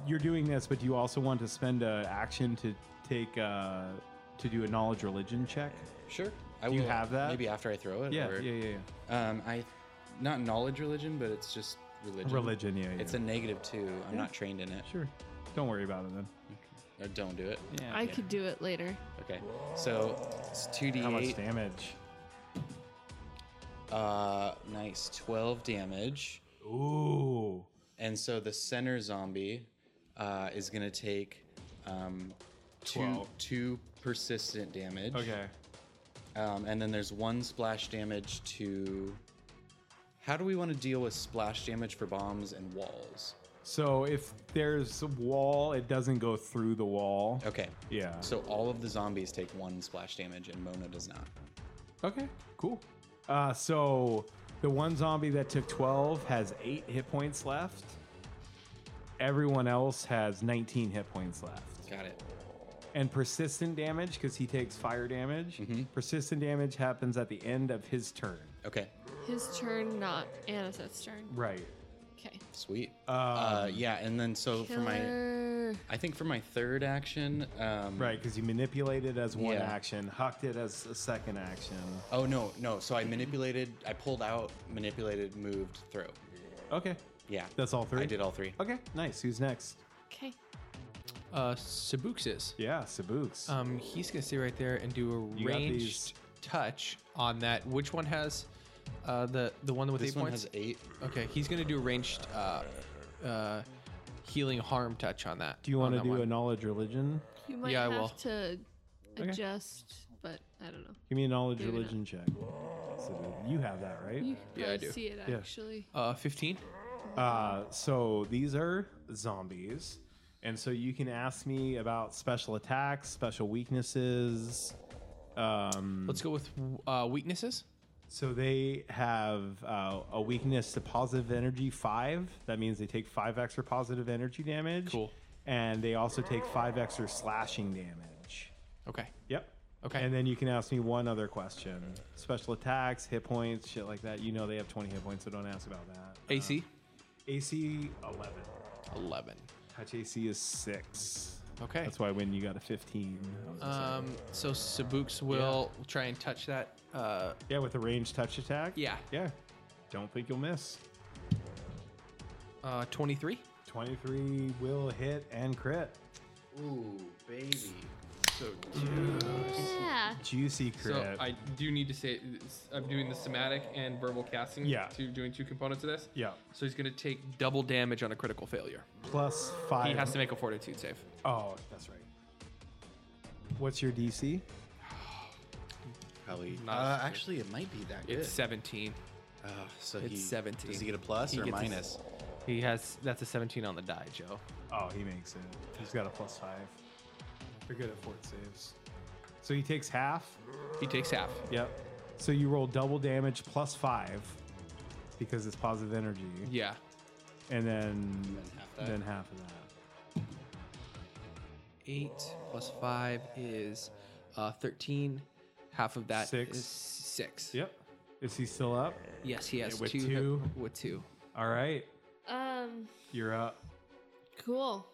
You're doing this, but do you also want to spend a action to take a, to do a knowledge religion check? sure. I Do you have that? Maybe after I throw it. Yeah, or- yeah, yeah, yeah. Um, I, not knowledge religion, but it's just religion. Religion, yeah, yeah. It's a negative two. I'm not trained in it. Sure. Don't worry about it then. Or don't do it. Yeah. I could do it later. Okay. So it's two d How much eight. damage? Uh, nice. Twelve damage. Ooh. And so the center zombie uh, is going to take um, two, Twelve. two persistent damage. Okay. Um, and then there's one splash damage to. How do we want to deal with splash damage for bombs and walls? So if there's a wall, it doesn't go through the wall. Okay. Yeah. So all of the zombies take one splash damage and Mona does not. Okay. Cool. Uh, so the one zombie that took 12 has eight hit points left. Everyone else has 19 hit points left. Got it. and persistent damage because he takes fire damage. Persistent damage happens at the end of his turn. Okay. His turn, not Aniseth's turn. Right. Okay. Sweet. Um, uh, yeah. And then so for my. Killer. I think for my third action. Um, Right, because you manipulated as one Yeah. action, hucked it as a second action. Oh, no, no. So I manipulated, I pulled out, manipulated, moved, throw. Okay. Yeah. That's all three? I did all three. Okay, nice. Who's next? Okay. Uh, Sabuks is. Yeah, Sabooks. Um, he's gonna stay right there and do a You got these. ranged touch on that. Which one has uh, the the one with This eight one points? has eight. Okay, he's gonna do a ranged uh, uh, healing harm touch on that. do you want on to that do one. a knowledge religion? You might Yeah, I have will. to adjust, but I don't know. Give me a knowledge Maybe not. religion check. Sabook. You have that, right? You can Yeah, I probably do. see it Yeah. actually. Uh, fifteen. Uh, so these are zombies, and so you can ask me about special attacks, special weaknesses. Um, Let's go with uh, weaknesses. So they have uh, a weakness to positive energy five. That means they take five extra positive energy damage. Cool. And they also take five extra slashing damage. Okay. Yep. Okay. And then you can ask me one other question: special attacks, hit points, shit like that. You know they have twenty hit points, so don't ask about that. AC AC eleven. Uh, eleven. Touch AC is six. Okay. That's why when you got a fifteen. that Uh. was a seven. Um, so Sabuks will try and touch that. Uh, yeah, with a ranged touch attack. Yeah. Yeah. Don't think you'll miss. uh, twenty-three. 23 will hit and crit. Ooh, baby. Yeah. Juicy crit. So I do need to say I'm doing the somatic and verbal casting. Yeah. Two, doing two components of this. yeah. So he's gonna take. Double damage on a critical failure. Plus five. He has to make a fortitude save. Oh, that's right. What's your DC? Probably. Not Uh, as good. actually, it might be that good. It's 17. Uh, so it's he, 17. Does he get a plus He or gets a- minus? He has that's a seventeen on the die, Joe. Oh, he makes it. He's got a plus five. They're good at fort saves. So he takes half. He takes half. Yep. So you roll double damage plus five because it's positive energy. Yeah. And then, half that. then half of that. Eight plus five is uh, thirteen. Half of that is Six. six. Yep. Is he still up? Yes, he has with two. two. With two. All right. Um. You're up. Cool.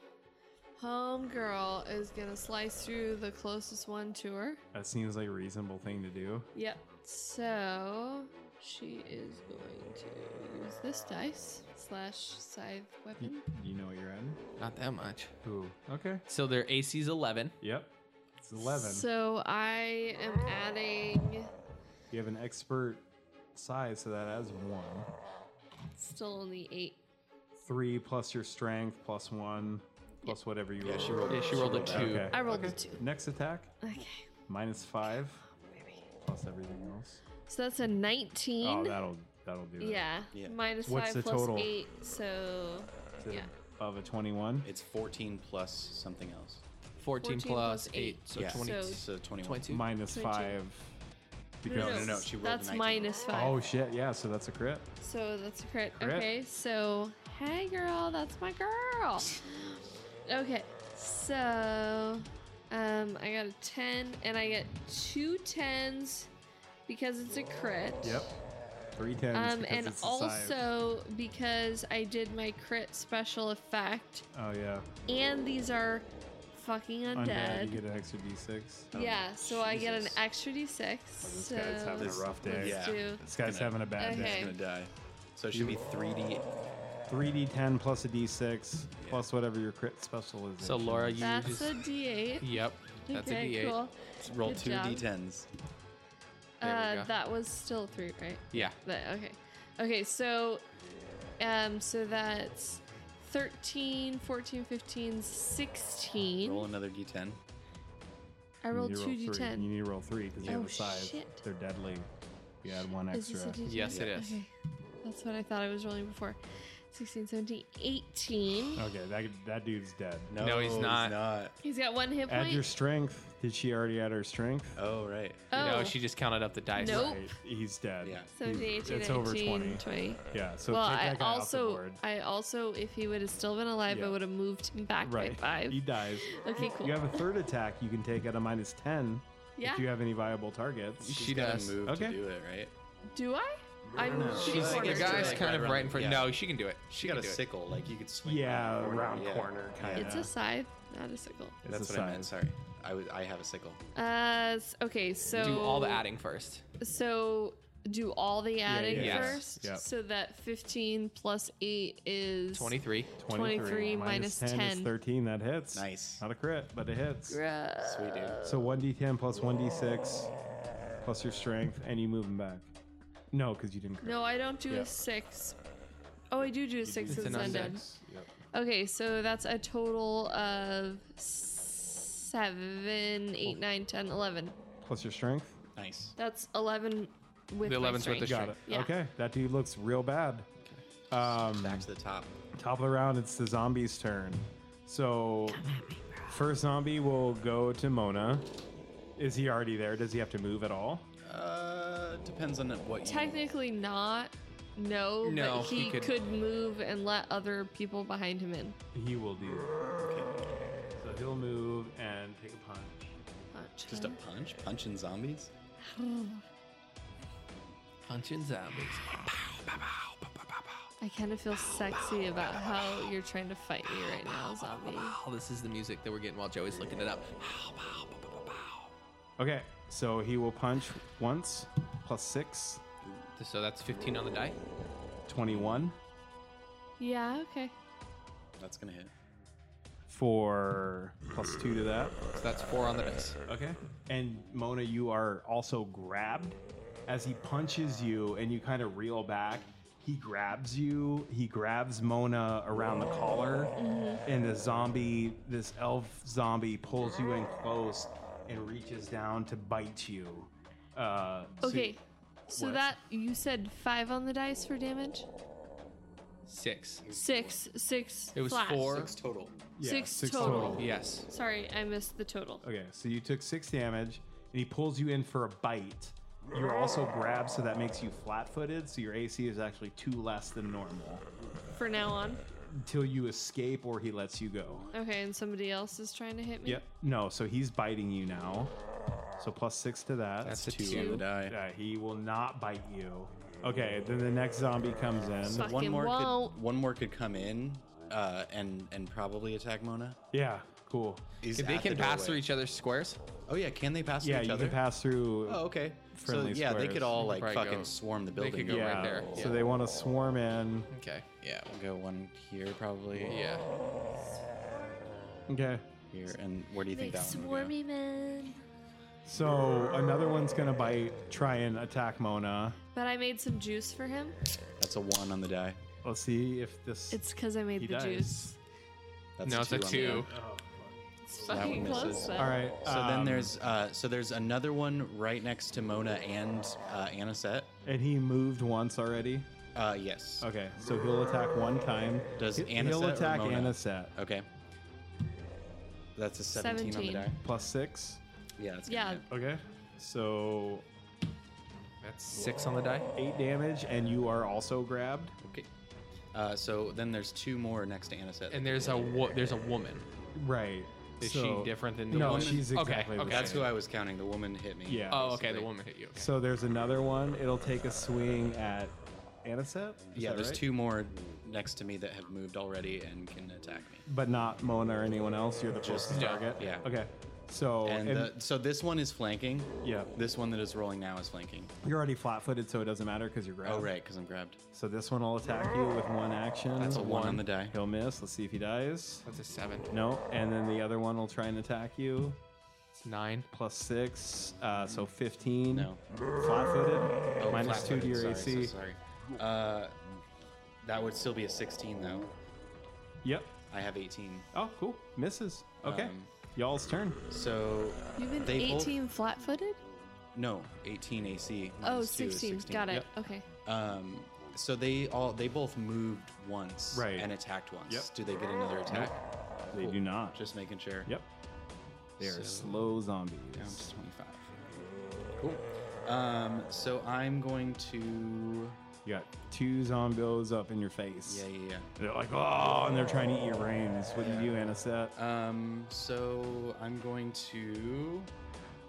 Homegirl is gonna slice through the closest one to her. That seems like a reasonable thing to do. Yep. So She is going to use this dice slash scythe weapon. You know what you're in? Not that much. Ooh. Okay. So their AC is 11. Yep. It's 11. So I am adding you have an expert size, so that adds one. still only eight. Three plus your strength plus one plus whatever you Yeah, roll. she rolled. Yeah, she rolled a two. Okay. I rolled a two. Next attack, Okay. minus five plus everything else. So that's a 19. Oh, that'll that'll do it. yeah. Yeah. Minus What's five the plus total? eight. So Is it yeah. Above a 21. It's 14 plus something else. 14, 14 plus plus 8, eight. so Yeah. 20, So- So 21. 22. Minus Twenty-two. five. No, no, no. s- She rolled a That's 19. minus five. Oh shit! Yeah, so that's a crit. So that's a crit. Crit. Okay, so hey girl, that's my girl. Okay, so um, I got a ten, and I get two tens because it's a crit. Yep. Three tens. Um, because and it's a scythe. also because I did my crit special effect, Oh yeah. and these are fucking Undead. undead. You get an extra Oh. d6. yeah, so I get an Jesus. extra d6. Oh, This so guy's having a This- rough let's day. Yeah. do- This guy's Gonna- having a bad She's Okay. day. gonna die. So it should be 3D. 3d10 plus a d6 plus whatever your crit special is. So Laura, you That's just. a d8. yep. That's okay, a D8. cool. Roll Good two job. D10s. There we Uh, go. that was still three, right? Yeah. That- okay. Okay, so um so that's 13, 14, 15, 16. Roll another D10. I You rolled need to roll 2d10. three. You need to roll three because they Oh, have a size. shit. They're deadly. You add one Is extra. this a D10? Yes, it is. Okay. That's what I thought I was rolling before. 16, 17, 18. Okay, that that dude's dead. No, No, he's not. He's got one hit Add point. your strength. Did she already add her strength? Oh right. oh, No, she just counted up the dice. Nope. Right, He's dead. Yeah. 17, He's- 18, it's over 20. 20. Yeah. So Well, take that I guy off the also, board. I also, if he would have still been alive, Yeah. I would have moved him back right. by five. He dies. Okay, cool. You have a third attack. You can take at a minus ten. Yeah. If you have any viable targets. She does. Move Okay. to do it right. Do I? I moved three She's, the corners. guy's Like, kind right of around- right in front. yeah. No, she can do it. She She got can a do it. sickle. Like you could swing. Yeah, around the round yeah. corner kind It's a scythe, not a sickle. It's That's a what I meant. size. Sorry. I w- I have a sickle. Uh, s- okay, so Do all the adding first. So do all the adding yeah. Yes. first. Yep. So that 15 plus 8 is 23. 23 minus 10. is 13. That hits. Nice. Not a crit, but it hits. Gross. Sweet dude. So 1d10 plus 1d6 plus your strength, and you move him back. No, because you didn't crit. No, I don't do Yeah. a 6. Oh, I do do a 6 It's as an undead. undead. Okay, so that's a total of 7, 8, 9, 10, 11. Plus your strength. Nice. That's 11 with The my 11's with the strength. Got Got Strength. it. Yeah. Okay, that dude looks real bad. Um, Back to the top. top of the round, it's the zombie's turn. So first zombie will go to Mona. Is he already there? Does he have to move at all? Uh, depends on what you. Technically not. No, No, but he, he could- could... move and let other people behind him in. He will do. So he'll move and take a punch. Punch. Just a punch? Punching zombies? Punching zombies. I kind of feel sexy about how you're trying to fight me right now, zombie. Oh, this is the music that we're getting while Joey's looking it up. Okay, so he will punch once, plus six, So that's 15 on the die. 21 Yeah, okay. That's gonna hit. for plus two to that. So that's four on the dice. Okay. And Mona, you are also grabbed as he punches you and you kind of reel back. He grabs you. He grabs Mona around the collar, and the zombie, this elf zombie, pulls you in close and reaches down to bite you. Uh, so- Okay. So What? that you said five on the dice for damage? Six. Six. Six. It was flat. four. total. yeah, six total. Yes. Sorry, I missed the total. Okay, so you took six damage, and he pulls you in for a bite. You're also grabbed, so that makes you flat-footed. So your AC is actually two less than normal For now on. until you escape or he lets you go. Okay, and somebody else is trying to hit me? Yep. No, so he's biting you now. So plus six to that. That's a Two, two. on the die. Yeah, he will not bite you. Okay, then the next zombie comes in. Fuck. One Fucking more, won't. could, one more could come in uh, and and probably attack Mona. Yeah, cool. Is If they can pass through each other's squares, Oh yeah, can they pass Yeah, through each you other? can pass through. Oh okay. So friendly yeah, squares. they could all like Probably fucking go- swarm the they building. could go right there. Yeah. So they want to swarm in. Okay. Yeah, we'll go one here probably. Yeah. Okay. Here and where do you think Big that one? Would go? swarmy man. So another one's gonna bite, try and attack Mona. But I made some juice for him. That's a one on the die. Let's see if this It's because I made he the dies. juice. That's No, it's a on the die. two. It's That fucking one misses. close. though. All right. So then um, there's uh, so there's another one right next to Mona and uh, Anisette. and he moved once already. Uh, yes. Okay, so he'll attack one time. Does He- Anisette He'll or attack Mona? Anisette. Okay. That's a 17, on the die. 17. Plus six. Yeah, that's Yeah. gonna hit. Okay. So That's six on the die. eight damage, and you are also grabbed. Okay. Uh, so then there's two more next to Anisette. And there's a wo- there's a woman. Right. Is So- she different than the No, woman? she's Okay, exactly okay. The that's same. who I was counting. The woman hit me. Yeah. Oh, okay. The basically. woman hit you. Okay. So there's another one. It'll take a swing at Anisette. Is Yeah, that there's right? two more next to me that have moved already and can attack me. But not Mona or anyone else. You're the Just- closest No, target. yeah. Okay. So and the, so this one is flanking. yeah, This one that is rolling now is flanking. you're already flat-footed, so it doesn't matter because you're grabbed. Oh, right, because I'm grabbed. So this one will attack you with one action. That's a one on the die. He'll miss. Let's see if he dies. That's a seven. No. And then the other one will try and attack you. It's nine. Plus six, uh, so 15. No. Flat-footed. Oh, minus two to your flat-footed, AC. sorry, so sorry. Uh, that would still be a 16 though. Yep. I have 18. Oh, cool. Misses. Okay. Um, Y'all's turn. So You've been They both- 18 flat footed? no, 18 AC. Oh, minus two is 16. Got it. Yep. Okay. Um, so they all they both moved once Right. and attacked once. Yep. Do they get another attack? They do not. Just making sure. Yep. They're So- slow zombies. Down to 25. Cool. Um, so I'm going to. You got two zombos up in your face. Yeah, yeah, They're like, oh, and they're trying to eat your brains. What do you do, Anisette? yeah. Um, so I'm going to.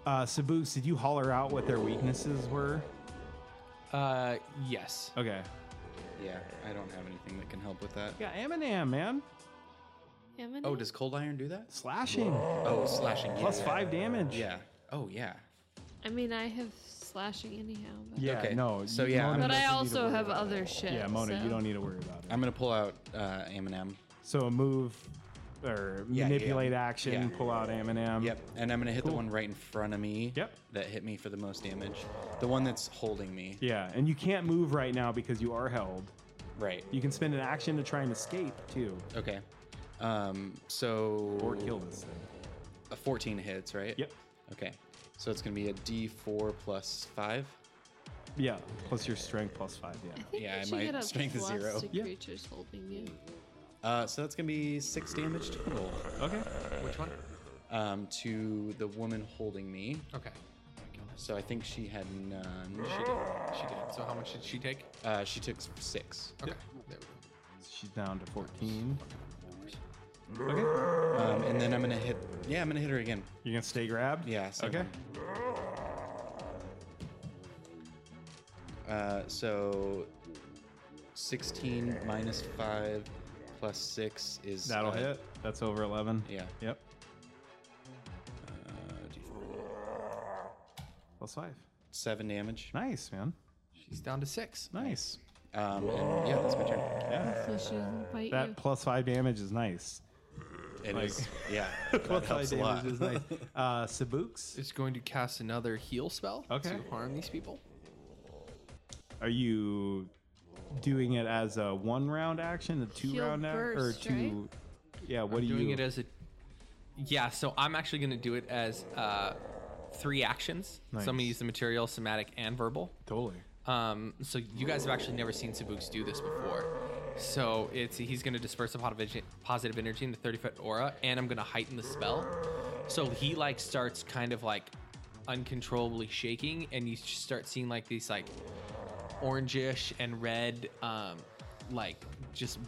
Uh, Saboose, did you holler out what their weaknesses were? Uh, yes. Okay. Yeah, I don't have anything that can help with that. Yeah, Aminam, man. Yeah, I'm gonna- Oh, does cold iron do that? Slashing. Oh, slashing. Yeah, Plus yeah. five damage. Yeah. Oh, yeah. I mean, I have slashing anyhow. But, Yeah, Okay. no. So, yeah, Mona I'm- but I doesn't need to also worry have about other it. shit. Yeah, Mona, so- you don't need to worry about it. I'm gonna pull out uh, M&M. So a move or Yeah, yeah, manipulate yeah. action, Yeah. pull out Aminam. Yep, and I'm gonna hit Cool. the one right in front of me. Yep. That hit me for the most damage. The one that's holding me. Yeah, and you can't move right now because you are held. Right. You can spend an action to try and escape too, Okay. Um. So. or kill this thing. A 14 hits, right? Yep. Okay. So it's gonna be a D4 plus five. Yeah, plus your strength plus five. I Yeah. think Yeah, you I should might get a strength is plus zero. to Yeah. creatures holding you. Uh. So that's gonna be six damage total. Okay. Which one? Um. To the woman holding me. Okay. So I think she had none. She did. She did. So how much did she take? Uh. She took six. Okay. There we go. She's down to fourteen. Okay. Um. And then I'm gonna hit. Yeah. I'm gonna hit her again. You're gonna stay grabbed. Yeah. So Okay. Uh, so 16 minus 5 plus 6 is. That'll uh, hit. That's over eleven. Yeah. Yep. Uh, D4. Plus five. 7 damage. Nice, man. She's down to six. Nice. Um, and yeah, that's my turn. So Yeah. she doesn't bite you. Uh, That plus five damage is nice. It Like- is- Yeah. Plus helps a lot. is nice. Uh, Sabooks, It's going to cast another heal spell Okay. to harm these people. are you doing it as a one round action, a two Heal round action, or burst, two? Yeah. What I'm do doing you? it as a. Yeah, so I'm actually going to do it as uh, three actions. So I'm going Nice. to use the material, somatic, and verbal. totally. Um, so you guys have actually never seen Sabuks do this before. So it's he's going to disperse a pot of vigi- positive energy in the 30 foot aura, and I'm going to heighten the spell. So he like starts kind of like uncontrollably shaking, and you just start seeing like these like orangish and red, um, like just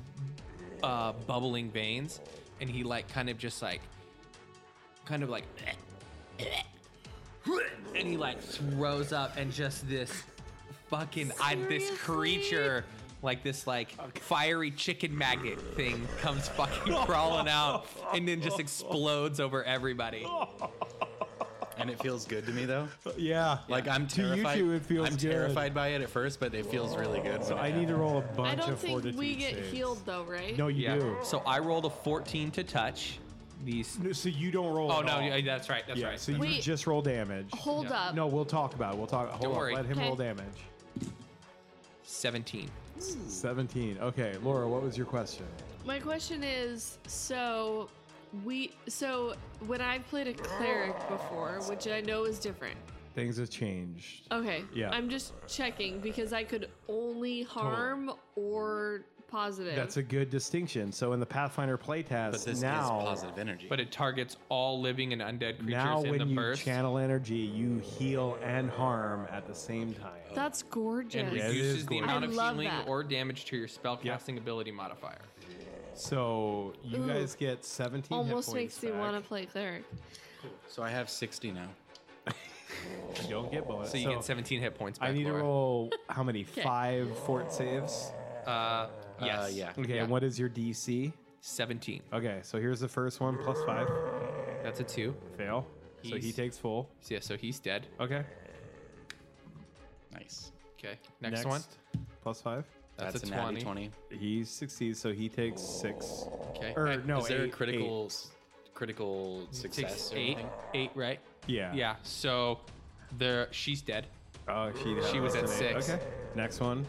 uh, bubbling veins, and he like kind of just like kind of like and he like throws up and just this fucking I, this Seriously? creature like this like fiery chicken magnet thing comes fucking crawling out and then just explodes over everybody I and it feels good to me though. Uh, Yeah. Like I'm To you terrified. two, it feels I'm good. terrified by it at first, but it feels really good. So when I it need to roll a I bunch don't of think fortitude we get saves. healed though, right? No, you Yeah. do. So I rolled a 14 to touch. These. No, So you don't roll. Oh at no, all. yeah, that's right. That's Yeah, right. So you Wait. just roll damage. Hold Yeah. up. No, we'll talk about it. We'll talk. Hold on. worry. Let him roll Okay. damage. 17. 17. Okay, Laura, what was your question? My question is so we so when I played a cleric before, which I know is different. Things have changed. Okay. Yeah. I'm just checking because I could only harm or positive. That's a good distinction. So in the Pathfinder playtest, But this now is positive energy. But it targets all living and undead creatures now in the when you burst. channel energy, you heal and harm at the same time. Oh. That's gorgeous. and Yeah, it reduces is the gorgeous. amount I of love healing that. or damage to your spellcasting ability modifier. So you Ooh. guys get 17 hit Almost points makes me back. want to play cleric. so I have 60 now. You don't get bonus. So you get 17 hit points. Back, I need Laura. to roll how many? Five fort saves. Uh, yes. Uh, yeah. Okay, and what is your DC? 17. Okay, so here's the first one plus five. That's a two. Fail. so he He's- takes full. So, yeah. So he's dead. Okay. Nice. Okay. Next, one. Plus five. That's, That's, a an a 20. 20. 20. He succeeds, so he takes six. Okay. Or Eight- Er, no, is there a eight- critical s- critical six, success? or eight, anything? eight, right? eight. Yeah. Yeah. So, there. She's dead. Oh, she. She was that's at an eight. six. Okay. Next one.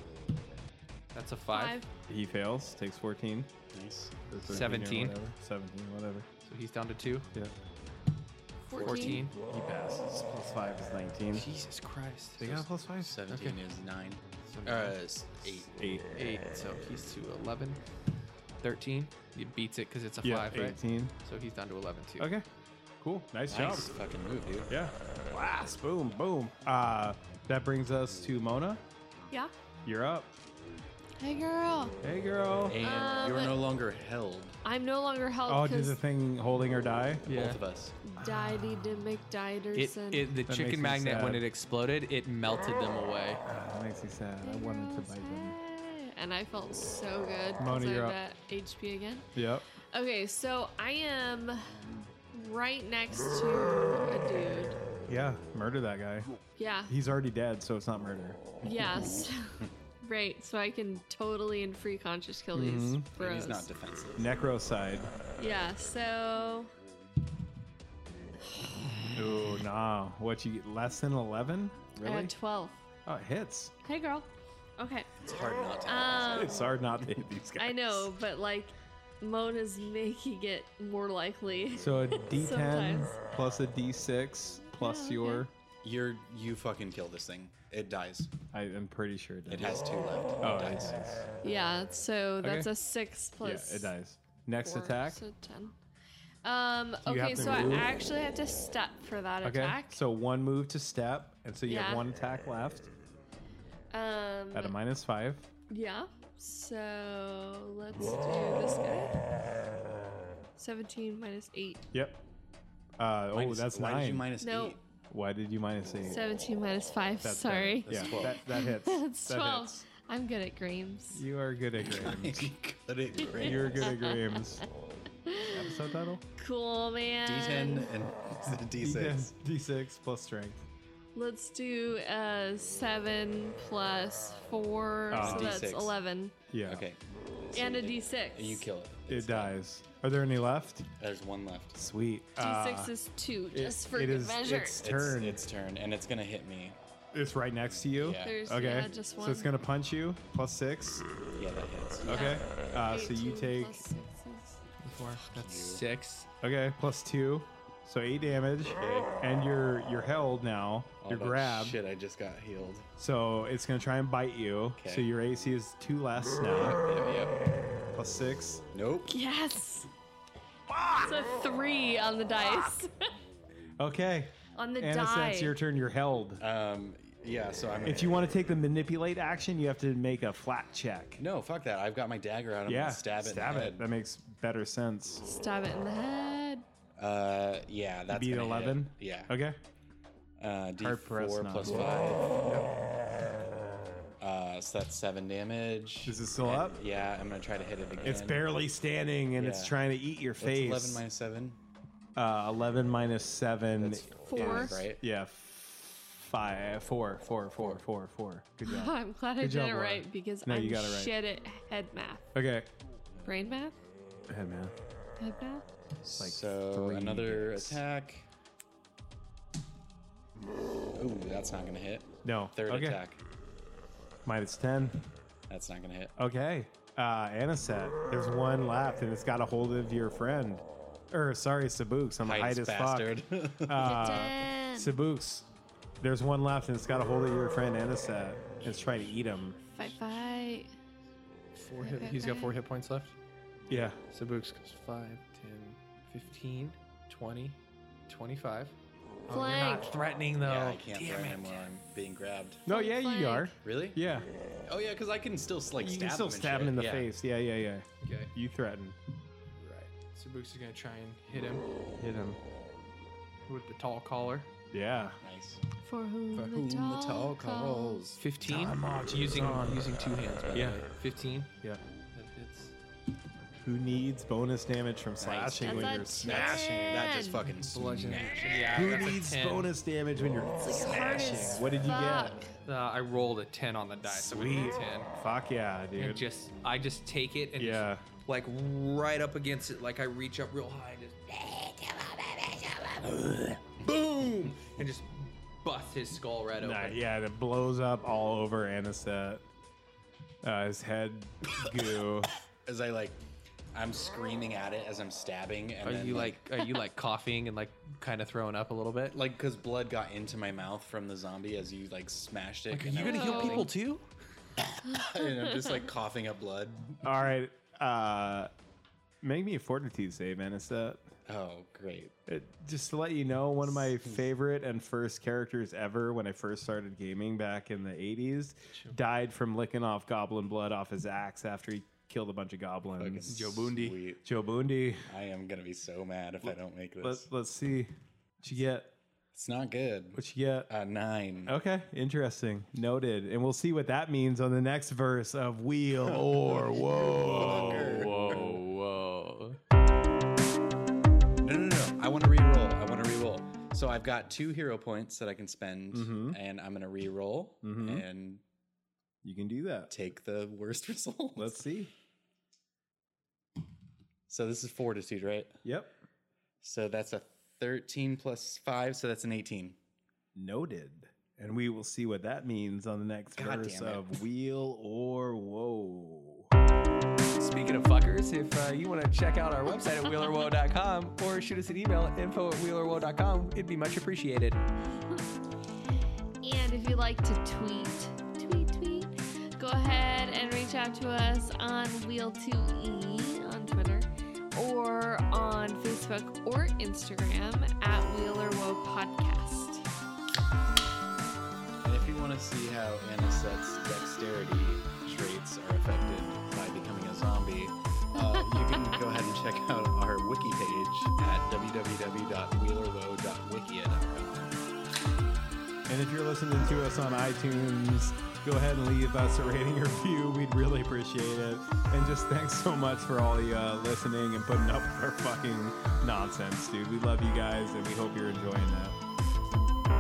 That's a five. Five. He fails. Takes fourteen. Nice. or 13 or 17. whatever. Seventeen. Whatever. So he's down to two. Yeah. 14. 14. He passes. Plus five is nineteen. Jesus Christ. They got a plus five. 17 Okay. is 9. Uh, s- 8. Eight. Eight. So he's to 11. 13. He beats it because it's a Yeah. five, right? Eighteen. So he's down to 11 too. Okay. Cool. Nice, job. Nice fucking move, dude. Yeah. Blast. Boom. Boom. Uh, that brings us to Mona. Yeah. You're up. Hey girl. Hey, girl. And Uh, you're but- no longer held, I'm no longer Oh, held did because the Ah. thing holding her die? Yeah. both of us. Didy to It, McDiderson. it the makes me chicken magnet when sad. it exploded, it melted them away. Ah, that makes me sad. I Hey, wanted to girls, bite them. hey. And I felt so good Mona, because I'm you're up. at HP again. Yep. Okay, so I am right next to a dude. Yeah. Murder that guy. Yeah. He's already dead, so it's not murder. Yes. right. So I can totally and free conscious kill these bros. He's not defensive. Necrocide. yeah. So Ooh, nah. What you get? Less than eleven? I Really? got twelve. oh, it hits. Hey, girl. Okay. It's hard not Oh, to. Um, It's hard not to hit these guys. I know, but like, Mona's making it more likely. So a D10 Sometimes. plus a D6 plus Yeah, okay. your. You're you fucking kill this thing. It dies. I am pretty sure it It dies. has two left. It oh, it dies. dies. Yeah. So that's Okay. a six plus. Yeah, it dies. Next four, attack. So ten. Um. you Okay. have to So I move? actually have to step for that okay. attack. So one move to step, and so you Yeah. have one attack left Um. at a minus five. Yeah. So let's do this guy. 17 minus 8. Yep. Uh, Minus- oh, that's why nine. did you minus No. eight? Why did you minus eight? 17 minus 5. That's Sorry. better. That's yeah, 12. that, that hits. That's That 12. hits. I'm good at games. You are good at games. Good at great. You're good at games. Episode title? Cool, man. D10 and D6. D6 plus strength. Let's do uh, 7 plus 4. Ah. so that's D6. 11. Yeah. Okay. And a D6. And you kill it. It dies. Are there any left? There's one left. Sweet. D6 Uh, is 2, it- just for it good is- measure. It's It's- turn. It's, It's, turn, and it's gonna hit me. right next to you. Yeah. There's Okay. yeah, just one. so it's gonna punch you. Plus six. Yeah, that hits. Okay. Uh, so you 18 take. plus six is- That's six. Okay. Plus two. So eight damage, and you're you're held now. All you're that grabbed. Shit, I just got healed. So it's gonna try and bite you. So Okay. your AC is two less now. Yep, yep. Plus six. Nope. Yes! It's a 3 on the dice. Okay. on the Anna, die. it's your turn. You're held. Um, yeah. So I'm. If you want to take the manipulate action, you have to make a flat check. No, fuck that. I've got my dagger out. I'm yeah. gonna stab it. in the Stab head. That makes better sense. Stab it in the head. Uh, yeah, that's Beat gonna hit. 11? Yeah. Okay. Uh, D Hard press four not plus to. five. Uh, so that's seven damage. Is it still And- up? Yeah, I'm gonna try to hit it again. It's barely standing and it's Yeah. trying to eat your What's face. Eleven minus seven. Uh, Eleven minus seven. Four. right? yeah. Five, four, four, four, four, four. Good job. I'm glad I Good did it job, Laura. right because No, I'm you got it right. shit at head math. Okay. Brain math? Hey man. Head math? Like so three another hits. attack. Ooh, that's not gonna hit. No. Third okay. attack. Minus ten. That's not gonna hit. Okay. Uh, Anisette, there's one left, and it's got a hold of your friend. Or sorry, Sabooks. I'm a hide as bastard. fuck. Uh, Sabooks, there's one left, and it's got a hold of your friend Anisette. It's trying to eat him. Fight, fight. Four hit, he's got four hit points left. Yeah. So Books goes 5, 10, 15, 20, 25. Oh, you're Flank. not threatening though. yeah, I can't Damn throw it. him while I'm being grabbed. No, yeah, Flank. you are. Really? Yeah. Oh yeah, because I can still like You stab can still him and stab shit. him in the Yeah. face. Yeah, yeah, yeah. Okay. You threaten. Right. So Books is gonna try and hit him Hit him. with the tall collar. Yeah. Nice. For whom, For the, whom tall the tall calls. calls. 15. using using two hands. By Yeah. The way. 15. Yeah. That hits. Who needs bonus damage from slashing when you're That's a smashing? That just ten. fucking Bludgeon. smash. Yeah. Who that's a needs 10. bonus damage when you're It's like hard smashing? as What did you get? fuck. Uh, I rolled a 10 on the dice. So I did Sweet. 10. Fuck yeah, dude. And just I just take it and Yeah. just, like right up against it. Like I reach up real high and just boom and just bust his skull right open. Nah, yeah, it blows up all over Anisette. Uh, his head goo. As I like, I'm screaming at it as I'm stabbing, and Are then you like are you like coughing and like kind of throwing up a little bit? like because blood got into my mouth from the zombie as you like smashed it. Are you gonna heal people too? and I'm just like coughing up blood. all right. Uh, make me a fortitude save, Anisette. Oh great. It, just to let you know, one of my favorite and first characters ever when I first started gaming back in the 80s died from licking off goblin blood off his axe after he killed a bunch of goblins. Joe Bundy. Joe Bundy. I am gonna be so mad if I don't make this. Let's, let's see. What you get? it's not good. What you get? A nine. Okay, interesting. Noted. And we'll see what that means on the next verse of Wheel or Whoa. Whoa. Whoa. No, no, no. I want to re-roll. I want to re-roll. So I've got two hero points that I can spend, Mhm. and I'm gonna re-roll Mhm. and You can do that. take the worst result. Let's see. So this is fortitude, right? Yep. So that's a 13 plus five, so that's an 18. Noted. And we will see what that means on the next God verse damn it. of Wheel or Whoa. Speaking of fuckers, if uh, you want to check out our website at wheelerwoe.com or shoot us an email at info at wheelerwoe.com, it'd be much appreciated. And if you like to tweet, tweet, tweet, go ahead and reach out to us on Wheel2E on Twitter or on Facebook or Instagram at Wheeler Woe Podcast. And if you want to see how Anisette's dexterity traits are affected by becoming a zombie, uh, you can go ahead and check out our wiki page at www.wheelerwoe.wikia.com. And if you're listening to us on iTunes, go ahead and leave us a rating or review. We'd really appreciate it. And just thanks so much for all you uh, listening and putting up with our fucking nonsense, dude. We love you guys and we hope you're enjoying that.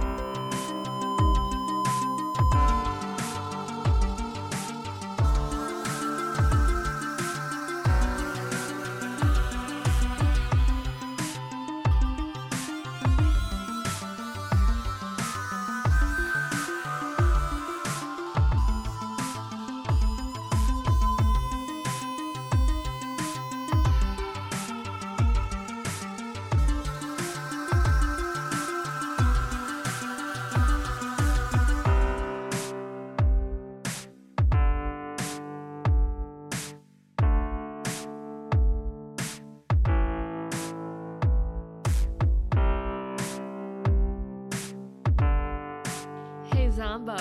Hey, Zombo.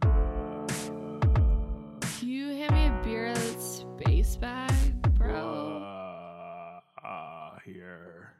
Can you hand me a beer that's space bag, bro? Uh, uh, Ah, here.